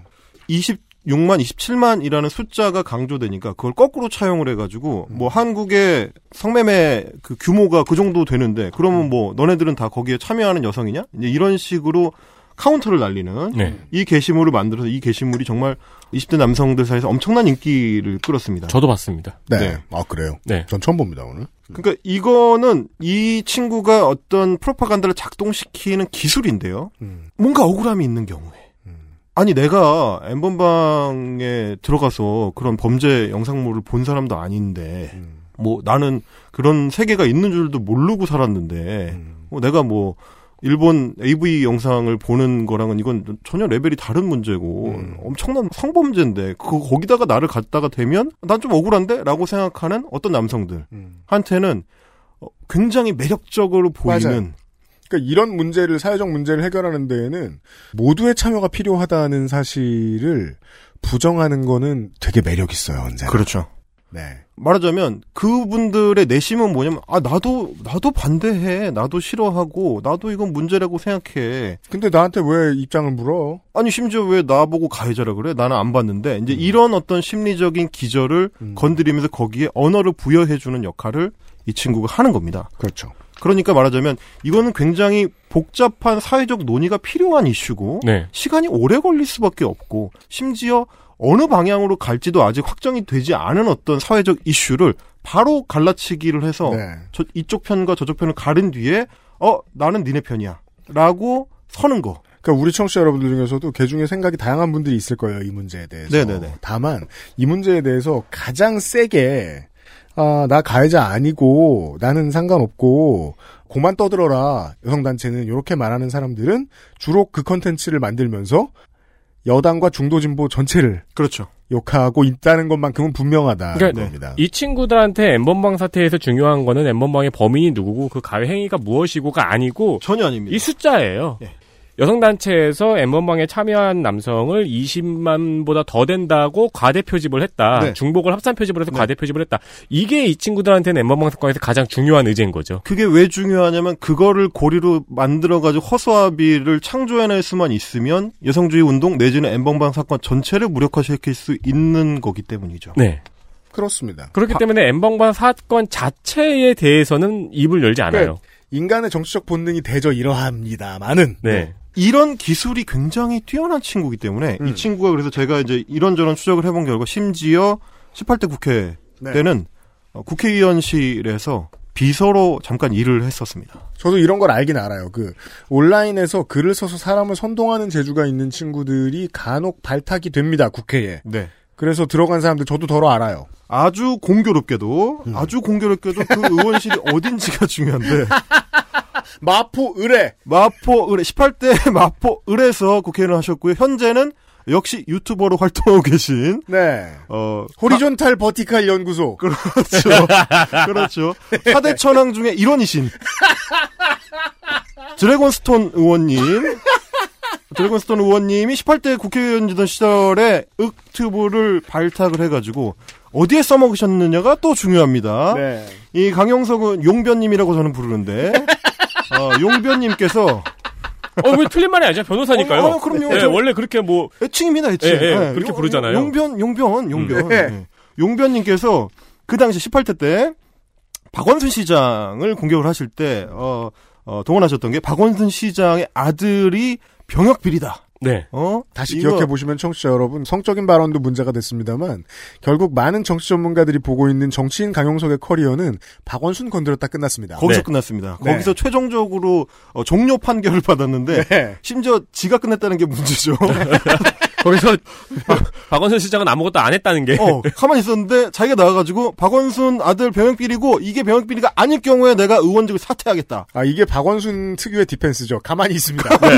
26만 27만이라는 숫자가 강조되니까 그걸 거꾸로 차용을 해가지고 음. 뭐 한국의 성매매 그 규모가 그 정도 되는데 그러면 뭐 너네들은 다 거기에 참여하는 여성이냐? 이제 이런 식으로 카운터를 날리는 네. 이 게시물을 만들어서 이 게시물이 정말 20대 남성들 사이에서 엄청난 인기를 끌었습니다. 저도 봤습니다. 네. 아 그래요? 네. 전 처음 봅니다 오늘. 그러니까 이거는 이 친구가 어떤 프로파간다를 작동시키는 기술인데요. 음. 뭔가 억울함이 있는 경우에. 아니 내가 엠번방에 들어가서 그런 범죄 영상물을 본 사람도 아닌데 뭐 나는 그런 세계가 있는 줄도 네. 모르고 살았는데 음. 뭐 내가 뭐 일본 AV 영상을 보는 거랑은 이건 전혀 레벨이 다른 문제고 엄청난 성범죄인데 그 거기다가 나를 갖다가 대면 난 좀 억울한데라고 생각하는 어떤 남성들 한테는 어, 굉장히 매력적으로 보이는 그러니까 이런 문제를 사회적 문제를 해결하는 데에는 모두의 참여가 필요하다는 사실을 부정하는 거는 되게 매력 있어요 언제. 그렇죠. 네. 말하자면 그분들의 내심은 뭐냐면 아 나도 나도 반대해 나도 싫어하고 나도 이건 문제라고 생각해 근데 나한테 왜 입장을 물어 아니 심지어 왜 나보고 가해자라 그래 나는 안 봤는데 이제 이런 어떤 심리적인 기저를 건드리면서 거기에 언어를 부여해주는 역할을 이 친구가 하는 겁니다 그렇죠 그러니까 말하자면 이거는 굉장히 복잡한 사회적 논의가 필요한 이슈고 네. 시간이 오래 걸릴 수밖에 없고 심지어 어느 방향으로 갈지도 아직 확정이 되지 않은 어떤 사회적 이슈를 바로 갈라치기를 해서 네. 저- 이쪽 편과 저쪽 편을 가른 뒤에 어 나는 니네 편이야라고 서는 거. 그러니까 우리 청취자 여러분들 중에서도 개 중에 생각이 다양한 분들이 있을 거예요 이 문제에 대해서. 네네네. 다만 이 문제에 대해서 가장 세게 아, 나 가해자 아니고 나는 상관없고 고만 떠들어라 여성 단체는 이렇게 말하는 사람들은 주로 그 컨텐츠를 만들면서 여당과 중도 진보 전체를 그렇죠. 욕하고 있다는 것만큼은 분명하다. 그러니까 이 친구들한테 엠번방 사태에서 중요한 거는 엠번방의 범인이 누구고 그 가해 행위가 무엇이고가 아니고 전혀 아닙니다. 이 숫자예요. 여성 단체에서 엠번방에 참여한 남성을 20만보다 더 된다고 과대 표집을 했다. 네. 중복을 합산 표집을 해서 과대 표집을 했다. 이게 이 친구들한테는 엠번방 사건에서 가장 중요한 의제인 거죠. 그게 왜 중요하냐면 그거를 고리로 만들어가지고 허수아비를 창조해낼 수만 있으면 여성주의 운동 내지는 엠번방 사건 전체를 무력화시킬 수 있는 거기 때문이죠. 네. 그렇습니다. 그렇기 아. 바- 때문에 엠번방 사건 자체에 대해서는 입을 네. 열지 않아요. 인간의 정치적 본능이 대저 이러합니다만은 네. 이런 기술이 굉장히 뛰어난 친구이기 때문에 이 친구가 그래서 제가 이제 이런저런 추적을 해본 결과 심지어 18대 국회 네. 때는 어, 국회의원실에서 비서로 잠깐 일을 했었습니다. 저도 이런 걸 알긴 알아요. 그 온라인에서 글을 써서 사람을 선동하는 재주가 있는 친구들이 간혹 발탁이 됩니다. 국회에. 네. 그래서 들어간 사람들 저도 덜어 알아요. 아주 공교롭게도 아주 공교롭게도 그 의원실이 어딘지가 중요한데 마포 의뢰 마포 의뢰 18대 마포 의뢰에서 국회의원을 하셨고요. 현재는 역시 유튜버로 활동하고 계신 네. 어 호리존탈 버티칼 연구소. 그렇죠. 그렇죠. 사대 천왕 중에 일원이신 드래곤스톤 의원님. 드래곤스톤 의원님이 18대 국회의원이던 시절에 윽튜브를 발탁을 해가지고 어디에 써먹으셨느냐가 또 중요합니다. 네. 이 강영석은 용변님이라고 저는 부르는데 어, 용변님께서 어, 왜 틀린 말이 아니죠? 변호사니까요. 네. 어, 어, 그럼요. 네, 저- 원래 그렇게 뭐. 애칭입니다, 애칭. 예, 예, 네, 그렇게 용- 부르잖아요. 용변, 용변, 용변. 음. 예. 용변님께서 그 당시 18대 때 박원순 시장을 공격을 하실 때, 어, 어, 동원하셨던 게 박원순 시장의 아들이 병역 비리다. 네. 어? 다시 이거- 기억해 보시면 청취자 여러분 성적인 발언도 문제가 됐습니다만 결국 많은 정치 전문가들이 보고 있는 정치인 강용석의 커리어는 박원순 건드렸다 끝났습니다. 거기서 끝났습니다. 네. 거기서 최종적으로 어, 종료 판결을 받았는데 네. 네. 심지어 지가 끝냈다는 게 문제죠. 거기서 박원순 시장은 아무것도 안 했다는 게. 어, 가만히 있었는데 자기가 나와가지고 박원순 아들 병역비리고 이게 병역비리가 아닐 경우에 내가 의원직을 사퇴하겠다. 아 이게 박원순 특유의 디펜스죠. 가만히 있습니다. 네.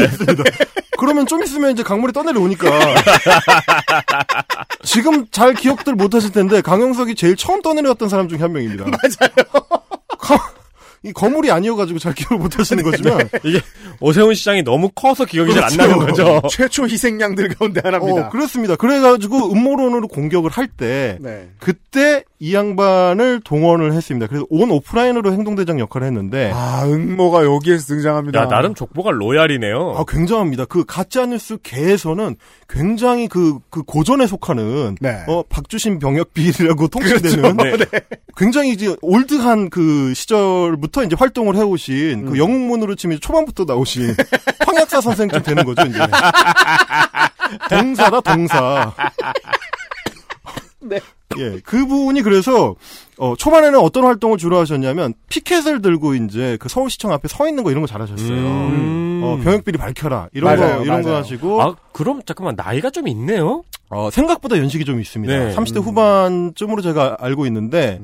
그러면 좀 있으면 이제 강물이 떠내려오니까. 지금 잘 기억들 못하실 텐데 강영석이 제일 처음 떠내려왔던 사람 중에 한 명입니다. 맞아요. 이 거물이 아니어가지고 잘 기억을 못하시는 거지만 이게 오세훈 시장이 너무 커서 기억이 잘 안 나는 그렇죠. 거죠. 최초 희생양들 가운데 하나입니다. 어, 그렇습니다. 그래가지고 음모론으로 공격을 할 때 네. 그때 이 양반을 동원을 했습니다. 그래서 온 오프라인으로 행동대장 역할을 했는데 아 응모가 여기에서 등장합니다. 야 나름 족보가 로얄이네요. 아, 굉장합니다. 그 가짜뉴스 개에서는 굉장히 그, 그 고전에 속하는 어, 박주신 병역비라고 통칭되는 그렇죠. 굉장히 이제 올드한 그 시절부터 이제 활동을 해오신 음. 그 영웅문으로 치면 초반부터 나오신 황약사 선생쯤 되는 거죠 이제 동사다 동사. 네. 예, 그분이 그래서 어, 초반에는 어떤 활동을 주로 하셨냐면 피켓을 들고 이제 그 서울시청 앞에 서 있는 거 이런 거 잘하셨어요. 어, 병역비리 밝혀라 이런 음. 맞아요, 거 이런 거 맞아요. 하시고 아, 그럼 잠깐만 나이가 좀 있네요. 어, 생각보다 연식이 좀 있습니다. 네. 30대 후반쯤으로 제가 알고 있는데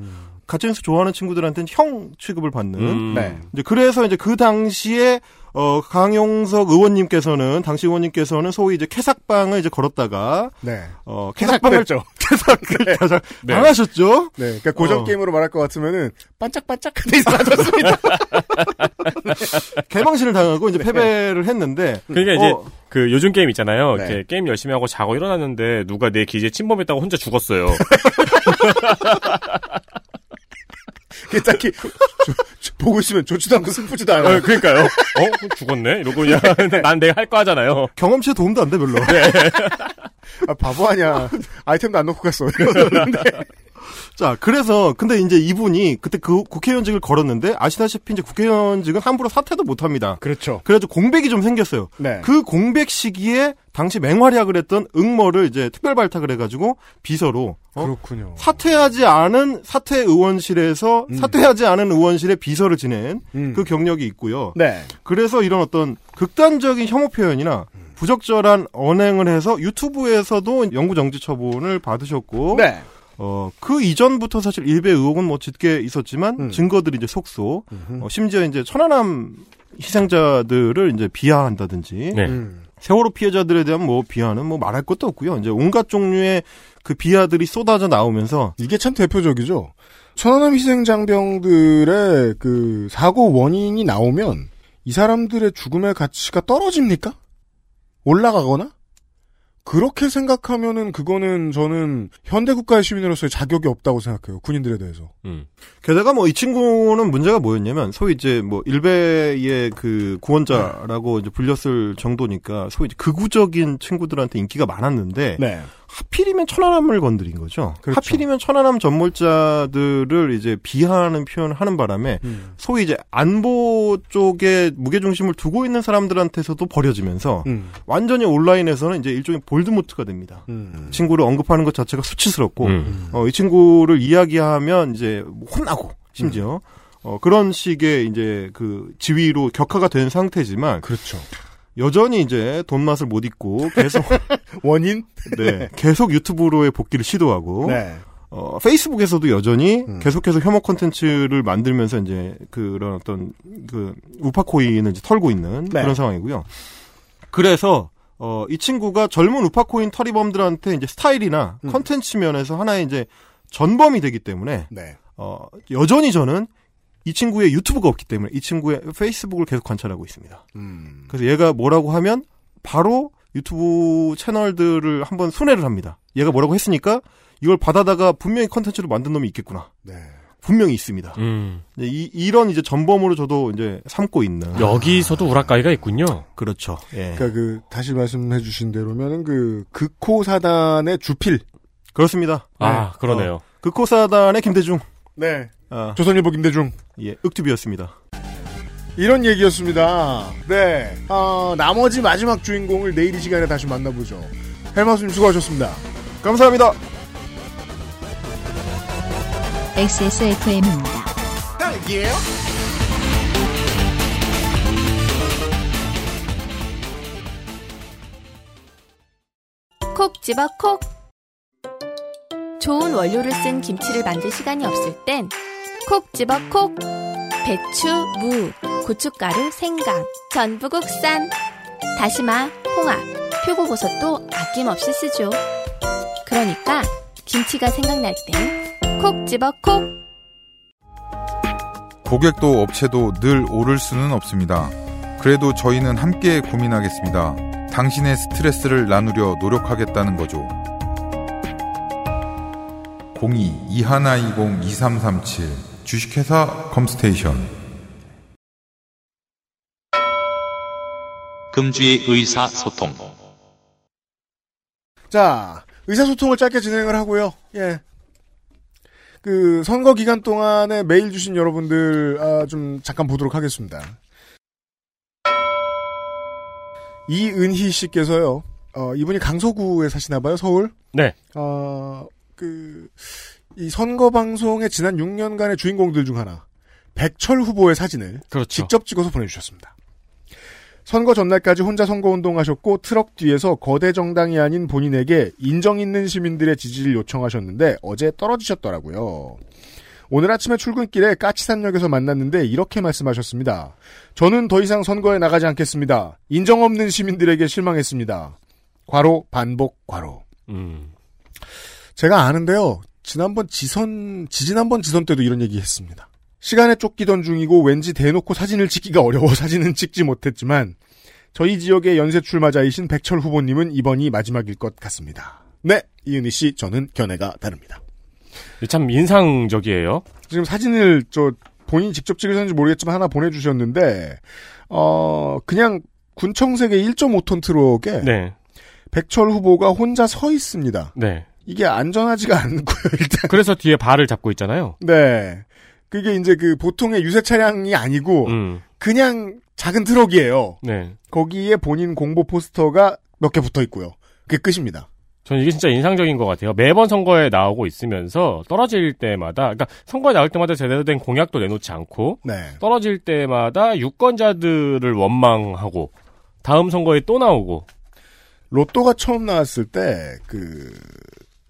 가짜뉴스 좋아하는 친구들한테는 형 취급을 받는. 음. 네. 이제 그래서 이제 그 당시에 어, 강용석 의원님께서는 당시 의원님께서는 소위 이제 캐삭방을 이제 걸었다가 네. 어, 캐삭방을 캐삭됐죠. 캐삭 당하셨죠? 네, 그러니까 고전 어. 게임으로 말할 것 같으면은 반짝반짝한데 사라졌습니다. 개방신을 당하고 이제 패배를 했는데 그러니까 이제 어, 그 요즘 게임 있잖아요. 네. 이렇게 게임 열심히 하고 자고 일어났는데 누가 내 기지에 침범했다고 혼자 죽었어요. 그게 딱히 조- 조- 보고 있으면 좋지도 않고 슬프지도 않아요. 어, 그러니까요. 어 죽었네 이러고 그냥 난 내가 할 거 하잖아요. 경험치에 도움도 안 돼 별로. 아, 바보 아니야. 아이템도 안 넣고 갔어. 자, 그래서 근데 이제 이분이 그때 그 국회의원직을 걸었는데 아시다시피 이제 국회의원직은 함부로 사퇴도 못 합니다. 그렇죠. 그래서 공백이 좀 생겼어요. 네. 그 공백 시기에 당시 맹활약을 했던 응모를 이제 특별 발탁을 해 가지고 비서로 어, 그렇군요. 사퇴하지 않은 사퇴 의원실에서 음. 사퇴하지 않은 의원실의 비서를 지낸 그 경력이 있고요. 네. 그래서 이런 어떤 극단적인 혐오 표현이나 부적절한 언행을 해서 유튜브에서도 영구 정지 처분을 받으셨고 어, 그 이전부터 사실 일베 의혹은 뭐 짙게 있었지만 증거들이 이제 속소 어, 심지어 이제 천안함 희생자들을 이제 비하한다든지 네. 음. 세월호 피해자들에 대한 뭐 비하는 뭐 말할 것도 없고요. 이제 온갖 종류의 그 비하들이 쏟아져 나오면서 이게 참 대표적이죠. 천안함 희생장병들의 그 사고 원인이 나오면 이 사람들의 죽음의 가치가 떨어집니까? 올라가거나? 그렇게 생각하면은 그거는 저는 현대 국가의 시민으로서의 자격이 없다고 생각해요. 군인들에 대해서. 음. 게다가 뭐 이 친구는 문제가 뭐였냐면 소위 이제 뭐 일베의 그 구원자라고 이제 불렸을 정도니까 소위 이제 극우적인 친구들한테 인기가 많았는데 네. 하필이면 천안함을 건드린 거죠. 하필이면 천안함 전몰자들을 이제 비하하는 표현을 하는 바람에 소위 이제 안보 쪽에 무게중심을 두고 있는 사람들한테서도 버려지면서 음. 완전히 온라인에서는 이제 일종의 볼드모트가 됩니다. 음. 이 친구를 언급하는 것 자체가 수치스럽고 음. 어, 이 친구를 이야기하면 이제 뭐 혼나고 심지어 어, 그런 식의 이제 그 지위로 격하가 된 상태지만 그렇죠. 여전히 이제 돈 맛을 못 잊고 계속 원인 네 계속 유튜브로의 복귀를 시도하고 네. 어, 페이스북에서도 여전히 계속해서 혐오 콘텐츠를 만들면서 이제 그런 어떤 그 우파 코인을 이제 털고 있는 그런 상황이고요. 그래서 어, 이 친구가 젊은 우파 코인 터리범들한테 이제 스타일이나 컨텐츠 면에서 하나의 이제 전범이 되기 때문에 네. 어, 여전히 저는 이 친구의 유튜브가 없기 때문에 이 친구의 페이스북을 계속 관찰하고 있습니다. 음, 그래서 얘가 뭐라고 하면 바로 유튜브 채널들을 한번 순회를 합니다. 얘가 뭐라고 했으니까 이걸 받아다가 분명히 컨텐츠로 만든 놈이 있겠구나. 네. 분명히 있습니다. 음. 네, 이제 이, 이런 이제 전범으로 저도 이제 삼고 있는. 여기서도 우락가이가 있군요. 그렇죠. 예. 그러니까 그 다시 말씀해 주신 대로면은 그 극호 사단의 주필. 그렇습니다. 어, 아, 그러네요. 극호사단의 김대중. 네. 아. 조선일보 김대중. 예, 윽튜브였습니다. 이런 얘기였습니다. 네. 어, 나머지 마지막 주인공을 내일 이 시간에 다시 만나보죠. 헬마스님 수고하셨습니다. 감사합니다. XSFM입니다. 콕 집어 콕. 좋은 원료를 쓴 김치를 만들 시간이 없을 땐 콕 집어 콕. 배추, 무, 고춧가루, 생강, 전부 국산. 다시마, 홍합, 표고버섯도 아낌없이 쓰죠. 그러니까 김치가 생각날 땐 콕 집어 콕. 고객도 업체도 늘 오를 수는 없습니다. 그래도 저희는 함께 고민하겠습니다. 당신의 스트레스를 나누려 노력하겠다는 거죠. 02-2120-2337 주식회사 컴스테이션 금주의 의사소통. 자, 의사소통을 짧게 진행을 하고요. 예. 그, 선거 기간 동안에 메일 주신 여러분들, 아, 좀 잠깐 보도록 하겠습니다. 이은희 씨께서요, 어, 이분이 강서구에 사시나봐요, 서울? 네. 어, 그, 이 선거 방송의 지난 6년간의 주인공들 중 하나, 백철 후보의 사진을 직접 찍어서 보내주셨습니다. 선거 전날까지 혼자 선거운동 하셨고 트럭 뒤에서 거대 정당이 아닌 본인에게 인정 있는 시민들의 지지를 요청하셨는데 어제 떨어지셨더라고요. 오늘 아침에 출근길에 까치산역에서 만났는데 이렇게 말씀하셨습니다. 저는 더 이상 선거에 나가지 않겠습니다. 인정 없는 시민들에게 실망했습니다. 과로 반복 과로. 음. 제가 아는데요. 지난번 지선 지지난번 지선 때도 이런 얘기 했습니다. 시간에 쫓기던 중이고 왠지 대놓고 사진을 찍기가 어려워 사진은 찍지 못했지만 저희 지역의 연쇄 출마자이신 백철 후보님은 이번이 마지막일 것 같습니다. 네, 이은희 씨, 저는 견해가 다릅니다. 참 인상적이에요. 지금 사진을 저 본인이 직접 찍으셨는지 모르겠지만 하나 보내주셨는데 어 그냥 군청색의 1.5톤 트럭에 네. 백철 후보가 혼자 서 있습니다. 네. 이게 안전하지가 않고요. 일단 그래서 뒤에 발을 잡고 있잖아요. 네. 그게 이제 그 보통의 유세 차량이 어. 아니고 음. 그냥 작은 트럭이에요. 네. 거기에 본인 공보 포스터가 몇 개 붙어 있고요. 그게 끝입니다. 저는 이게 진짜 인상적인 것 같아요. 매번 선거에 나오고 있으면서 떨어질 때마다, 그러니까 선거에 나올 때마다 제대로 된 공약도 내놓지 않고, 네. 떨어질 때마다 유권자들을 원망하고, 다음 선거에 또 나오고, 로또가 처음 나왔을 때, 그,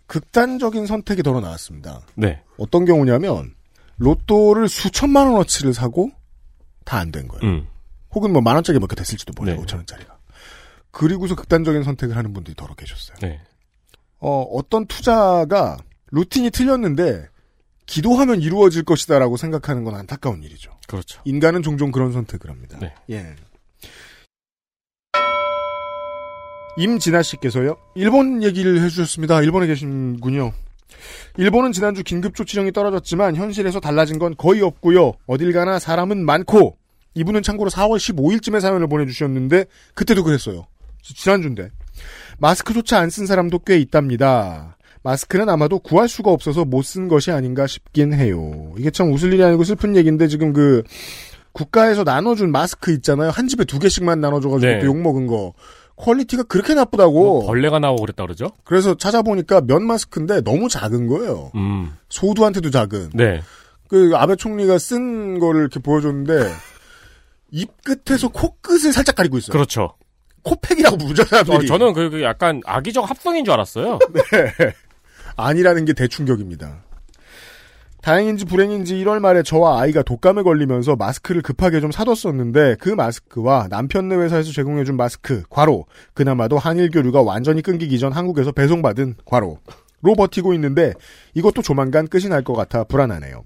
극단적인 선택이 덜어 나왔습니다. 네. 어떤 경우냐면, 로또를 수천만 원어치를 사고, 다 안 된 거예요. 음. 혹은 뭐 만 원짜리 몇 개 됐을지도 몰라요. 오천 원짜리가. 그리고서 극단적인 선택을 하는 분들이 더러 계셨어요. 네. 어, 어떤 투자가 루틴이 틀렸는데, 기도하면 이루어질 것이다라고 생각하는 건 안타까운 일이죠. 그렇죠. 인간은 종종 그런 선택을 합니다. 네. 예. 임진아 씨께서요. 일본 얘기를 해주셨습니다. 일본에 계신군요. 일본은 지난주 긴급조치령이 떨어졌지만 현실에서 달라진 건 거의 없고요. 어딜 가나 사람은 많고 이분은 참고로 4월 15일쯤에 사연을 보내주셨는데 그때도 그랬어요. 지- 지난주인데 마스크조차 안 쓴 사람도 꽤 있답니다. 마스크는 아마도 구할 수가 없어서 못 쓴 것이 아닌가 싶긴 해요. 이게 참 웃을 일이 아니고 슬픈 얘기인데 지금 그 국가에서 나눠준 마스크 있잖아요. 한 집에 두 개씩만 나눠줘가지고 네. 욕 먹은 거 퀄리티가 그렇게 나쁘다고. 뭐 벌레가 나오고 그랬다 그러죠? 그래서 찾아보니까 면 마스크인데 너무 작은 거예요. 음. 소두한테도 작은. 네. 그 아베 총리가 쓴 거를 이렇게 보여줬는데 입 끝에서 코 끝을 살짝 가리고 있어요. 그렇죠. 코팩이라고 부르죠 사람들이. 어, 저는 그, 그 약간 악의적 합성인 줄 알았어요. 아니라는 게 대충격입니다. 다행인지 불행인지 1월 말에 저와 아이가 독감에 걸리면서 마스크를 급하게 좀 사뒀었는데 그 마스크와 남편네 회사에서 제공해준 마스크 과로 그나마도 한일 교류가 완전히 끊기기 전 한국에서 배송받은 과로 로 버티고 있는데 이것도 조만간 끝이 날 것 같아 불안하네요.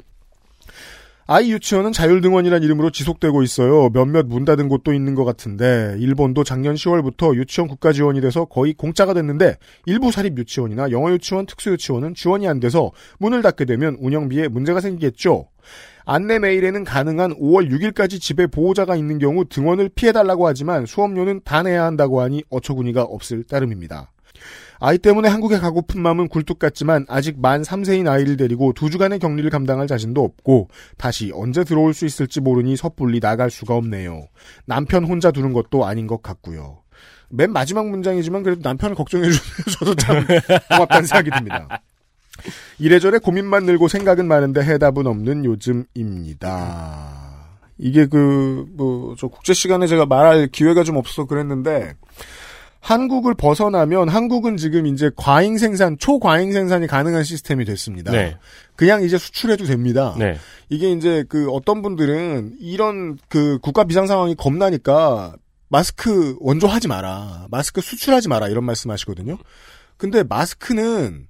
아이 유치원은 자율등원이란 이름으로 지속되고 있어요. 몇몇 문 닫은 곳도 있는 것 같은데 일본도 작년 10월부터 유치원 국가 지원이 돼서 거의 공짜가 됐는데 일부 사립 유치원이나 영어 유치원, 특수 유치원은 지원이 안 돼서 문을 닫게 되면 운영비에 문제가 생기겠죠. 안내 메일에는 가능한 5월 6일까지 집에 보호자가 있는 경우 등원을 피해달라고 하지만 수업료는 다 내야 한다고 하니 어처구니가 없을 따름입니다. 아이 때문에 한국에 가고픈 마음은 굴뚝 같지만 아직 만 3세인 아이를 데리고 두 주간의 격리를 감당할 자신도 없고 다시 언제 들어올 수 있을지 모르니 섣불리 나갈 수가 없네요. 남편 혼자 두는 것도 아닌 것 같고요. 맨 마지막 문장이지만 그래도 남편을 걱정해 주셔서 참 고맙다는 생각이 듭니다. 이래저래 고민만 늘고 생각은 많은데 해답은 없는 요즘입니다. 이게 그, 뭐, 저 국제 시간에 제가 말할 기회가 좀 없어서 그랬는데, 한국을 벗어나면 한국은 지금 이제 과잉 생산, 초과잉 생산이 가능한 시스템이 됐습니다. 네. 그냥 이제 수출해도 됩니다. 네. 이게 이제 그 어떤 분들은 이런 그 국가 비상 상황이 겁나니까 마스크 원조하지 마라. 마스크 수출하지 마라. 이런 말씀 하시거든요. 근데 마스크는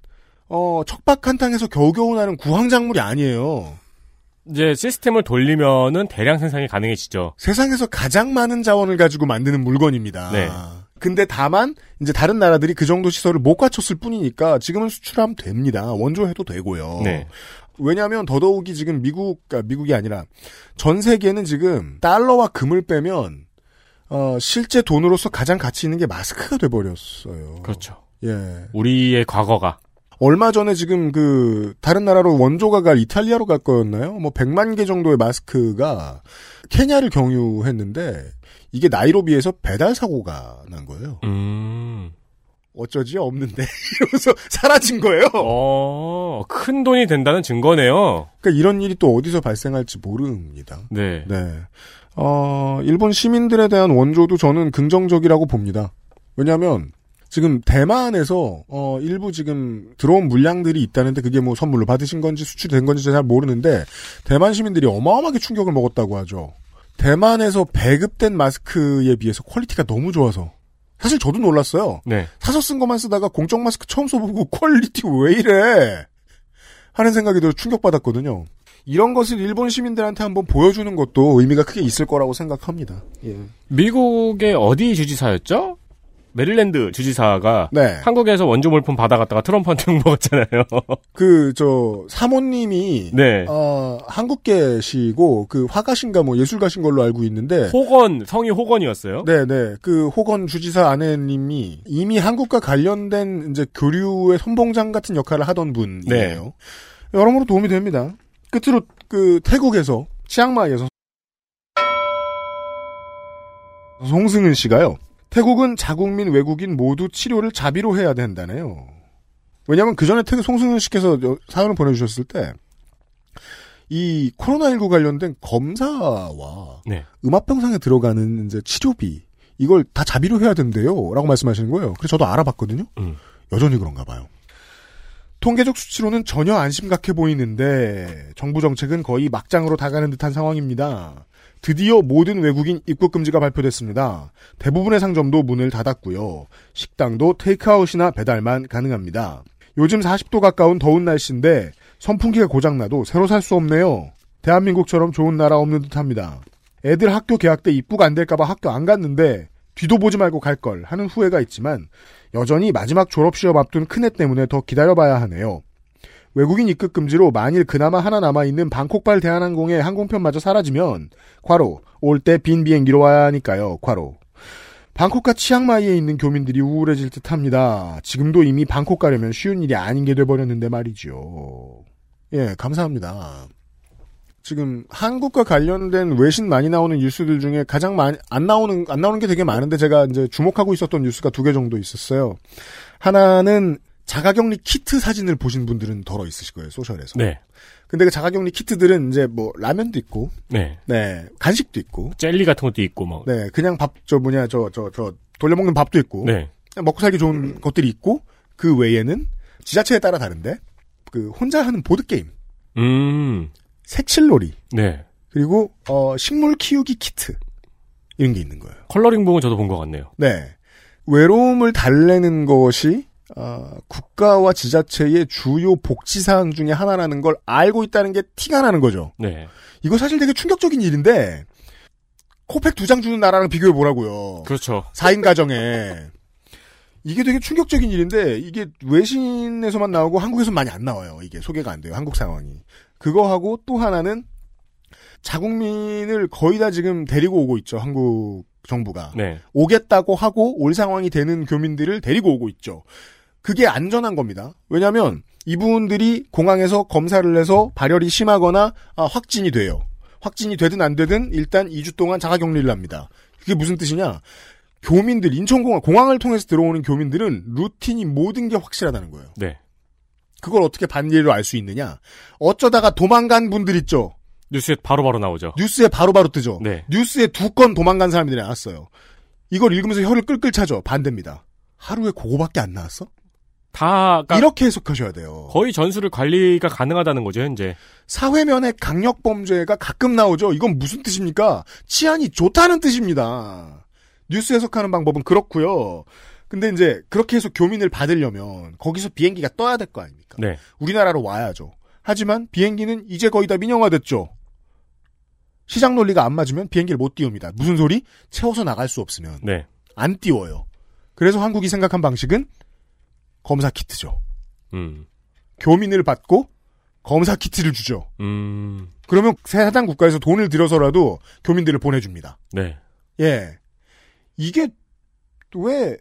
어, 척박한 땅에서 겨우겨우 나는 구황작물이 아니에요. 이제 시스템을 돌리면은 대량 생산이 가능해지죠. 세상에서 가장 많은 자원을 가지고 만드는 물건입니다. 네. 근데 다만 이제 다른 나라들이 그 정도 시설을 못 갖췄을 뿐이니까 지금은 수출하면 됩니다. 원조해도 되고요. 네. 왜냐하면 더더욱이 지금 미국, 아, 미국이 아니라 전 세계는 지금 달러와 금을 빼면 어, 실제 돈으로서 가장 가치 있는 게 마스크가 돼버렸어요. 그렇죠. 예. 우리의 과거가 얼마 전에 지금 그 다른 나라로 원조가 갈 이탈리아로 갈 거였나요? 뭐 100만 개 정도의 마스크가 케냐를 경유했는데 이게 나이로비에서 배달 사고가 난 거예요. 음. 어쩌지 없는데 이러면서 사라진 거예요. 어, 큰 돈이 된다는 증거네요. 그러니까 이런 일이 또 어디서 발생할지 모릅니다. 네. 네. 어, 일본 시민들에 대한 원조도 저는 긍정적이라고 봅니다. 왜냐하면 지금 대만에서 어, 일부 지금 들어온 물량들이 있다는데 그게 뭐 선물로 받으신 건지 수출된 건지 잘 모르는데 대만 시민들이 어마어마하게 충격을 먹었다고 하죠. 대만에서 배급된 마스크에 비해서 퀄리티가 너무 좋아서 사실 저도 놀랐어요. 네. 사서 쓴 것만 쓰다가 공적 마스크 처음 써보고 퀄리티 왜 이래? 하는 생각이 들어 충격받았거든요. 이런 것을 일본 시민들한테 한번 보여주는 것도 의미가 크게 있을 거라고 생각합니다. 미국의 어디 주지사였죠? 메릴랜드 주지사가 네. 한국에서 원조 물품 받아갔다가 트럼프한테 욕먹었잖아요. 그, 저, 사모님이, 네. 어, 한국계시고, 그, 화가신가 뭐 예술가신 걸로 알고 있는데, 호건 성이 호건이었어요. 네네. 그 호건 주지사 아내님이 이미 한국과 관련된 이제 교류의 선봉장 같은 역할을 하던 분이에요. 여러모로 도움이 됩니다. 끝으로 그 태국에서 치앙마이에서 송승은 씨가요. 태국은 자국민 외국인 모두 치료를 자비로 해야 된다네요. 왜냐하면 그 전에 태국 송승은 씨께서 여- 사연을 보내주셨을 때 이 코로나19 관련된 검사와 네. 음압병상에 들어가는 이제 치료비 이걸 다 자비로 해야 된대요라고 말씀하시는 거예요. 그래서 저도 알아봤거든요. 여전히 그런가 봐요. 통계적 수치로는 전혀 안 심각해 보이는데 정부 정책은 거의 막장으로 다가는 듯한 상황입니다. 드디어 모든 외국인 입국 금지가 발표됐습니다. 대부분의 상점도 문을 닫았고요. 식당도 테이크아웃이나 배달만 가능합니다. 요즘 40도 가까운 더운 날씨인데 선풍기가 고장나도 새로 살 수 없네요. 대한민국처럼 좋은 나라 없는 듯합니다. 애들 학교 개학 때 입국 안 될까봐 학교 안 갔는데 뒤도 보지 말고 갈 걸 하는 후회가 있지만 여전히 마지막 졸업 시험 앞둔 큰애 때문에 더 기다려봐야 하네요. 외국인 입국 금지로 만일 그나마 하나 남아있는 방콕발 대한항공의 항공편마저 사라지면 과로 올 때 빈 비행기로 와야 하니까요. 과로 방콕과 치앙마이에 있는 교민들이 우울해질 듯합니다. 지금도 이미 방콕 가려면 쉬운 일이 아닌 게 돼버렸는데 말이죠. 예, 감사합니다. 지금 한국과 관련된 외신 많이 나오는 뉴스들 중에 가장 많이 안 나오는 안 나오는 게 되게 많은데 제가 이제 주목하고 있었던 뉴스가 두 개 정도 있었어요. 하나는 자가격리 키트 사진을 보신 분들은 덜어 있으실 거예요 소셜에서. 네. 근데 그 자가격리 키트들은 이제 뭐 라면도 있고, 네. 네 간식도 있고, 젤리 같은 것도 있고 뭐. 네 그냥 밥 저 뭐냐 저 저 저 돌려먹는 밥도 있고, 네. 음. 그냥 먹고 살기 좋은 것들이 있고 그 외에는 지자체에 따라 다른데 그 혼자 하는 보드 게임, 음. 색칠놀이, 네. 그리고 어, 식물 키우기 키트 이런 게 있는 거예요. 컬러링북은 저도 본 것 같네요. 네. 외로움을 달래는 것이 어, 국가와 지자체의 주요 복지 사항 중에 하나라는 걸 알고 있다는 게 티가 나는 거죠. 네. 이거 사실 되게 충격적인 일인데 코팩 두 장 주는 나라랑 비교해 보라고요. 그렇죠. 4인 가정에 이게 되게 충격적인 일인데 이게 외신에서만 나오고 한국에서 많이 안 나와요. 이게 소개가 안 돼요. 한국 상황이. 그거하고 또 하나는 자국민을 거의 다 지금 데리고 오고 있죠. 한국 정부가. 네. 오겠다고 하고 올 상황이 되는 교민들을 데리고 오고 있죠. 그게 안전한 겁니다. 왜냐하면 이분들이 공항에서 검사를 해서 발열이 심하거나 아, 확진이 돼요. 확진이 되든 안 되든 일단 2주 동안 자가격리를 합니다. 그게 무슨 뜻이냐? 교민들 인천공항 공항을 통해서 들어오는 교민들은 루틴이 모든 게 확실하다는 거예요. 네. 그걸 어떻게 반예로 알 수 있느냐? 어쩌다가 도망간 분들 있죠. 뉴스에 바로바로 나오죠. 뉴스에 바로바로 뜨죠. 네. 뉴스에 두 건 도망간 사람들이 나왔어요. 이걸 읽으면서 혀를 끌끌 차죠. 반대입니다. 하루에 그거밖에 안 나왔어? 다 이렇게 해석하셔야 돼요. 그러니까 거의 전술을 관리가 가능하다는 거죠 현재. 사회면의 강력 범죄가 가끔 나오죠. 이건 무슨 뜻입니까? 치안이 좋다는 뜻입니다. 뉴스 해석하는 방법은 그렇고요. 근데 이제 그렇게 해서 교민을 받으려면 거기서 비행기가 떠야 될 거 아닙니까? 네. 우리나라로 와야죠. 하지만 비행기는 이제 거의 다 민영화됐죠. 시장 논리가 안 맞으면 비행기를 못 띄웁니다. 무슨 소리? 채워서 나갈 수 없으면 네. 안 띄워요. 그래서 한국이 생각한 방식은 검사 키트죠. 음. 교민을 받고 검사 키트를 주죠. 음. 그러면 새 해당 국가에서 돈을 들여서라도 교민들을 보내줍니다. 네. 예. 이게 왜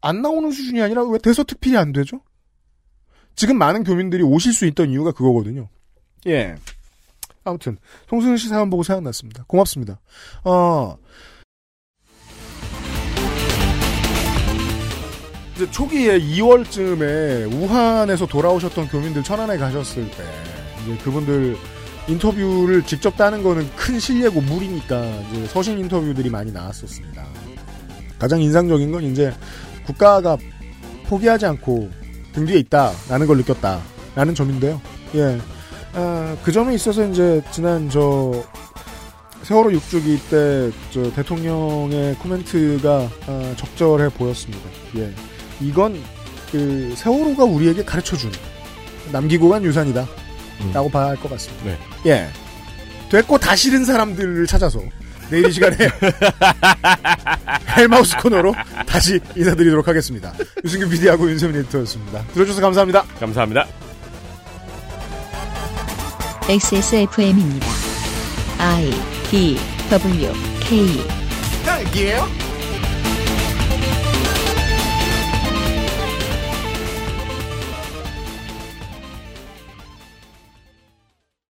안 나오는 수준이 아니라 왜 대서특필이 안 되죠? 지금 많은 교민들이 오실 수 있던 이유가 그거거든요. 예. 아무튼 송승현 씨 사연 보고 생각났습니다. 고맙습니다. 어. 이제 초기에 2월쯤에 우한에서 돌아오셨던 교민들 천안에 가셨을 때 이제 그분들 인터뷰를 직접 따는 거는 큰 실례고 무리니까 이제 서신 인터뷰들이 많이 나왔었습니다. 가장 인상적인 건 이제 국가가 포기하지 않고 등 뒤에 있다라는 걸 느꼈다라는 점인데요. 예. 아, 그 점에 있어서 이제 지난 저 세월호 6주기 때 저 대통령의 코멘트가 아, 적절해 보였습니다. 예. 이건 그 세월호가 우리에게 가르쳐 준 남기고 간 유산이다. 라고 봐야 할 것 같습니다. 네. 예. 됐고 다 싫은 사람들을 찾아서 내일 이 시간에 헬마우스 코너로 다시 인사드리도록 하겠습니다. 유승규 PD하고 윤세민 에디터였습니다. 들어주셔서 감사합니다. 감사합니다. XSFM입니다. I D W K 딸기예요?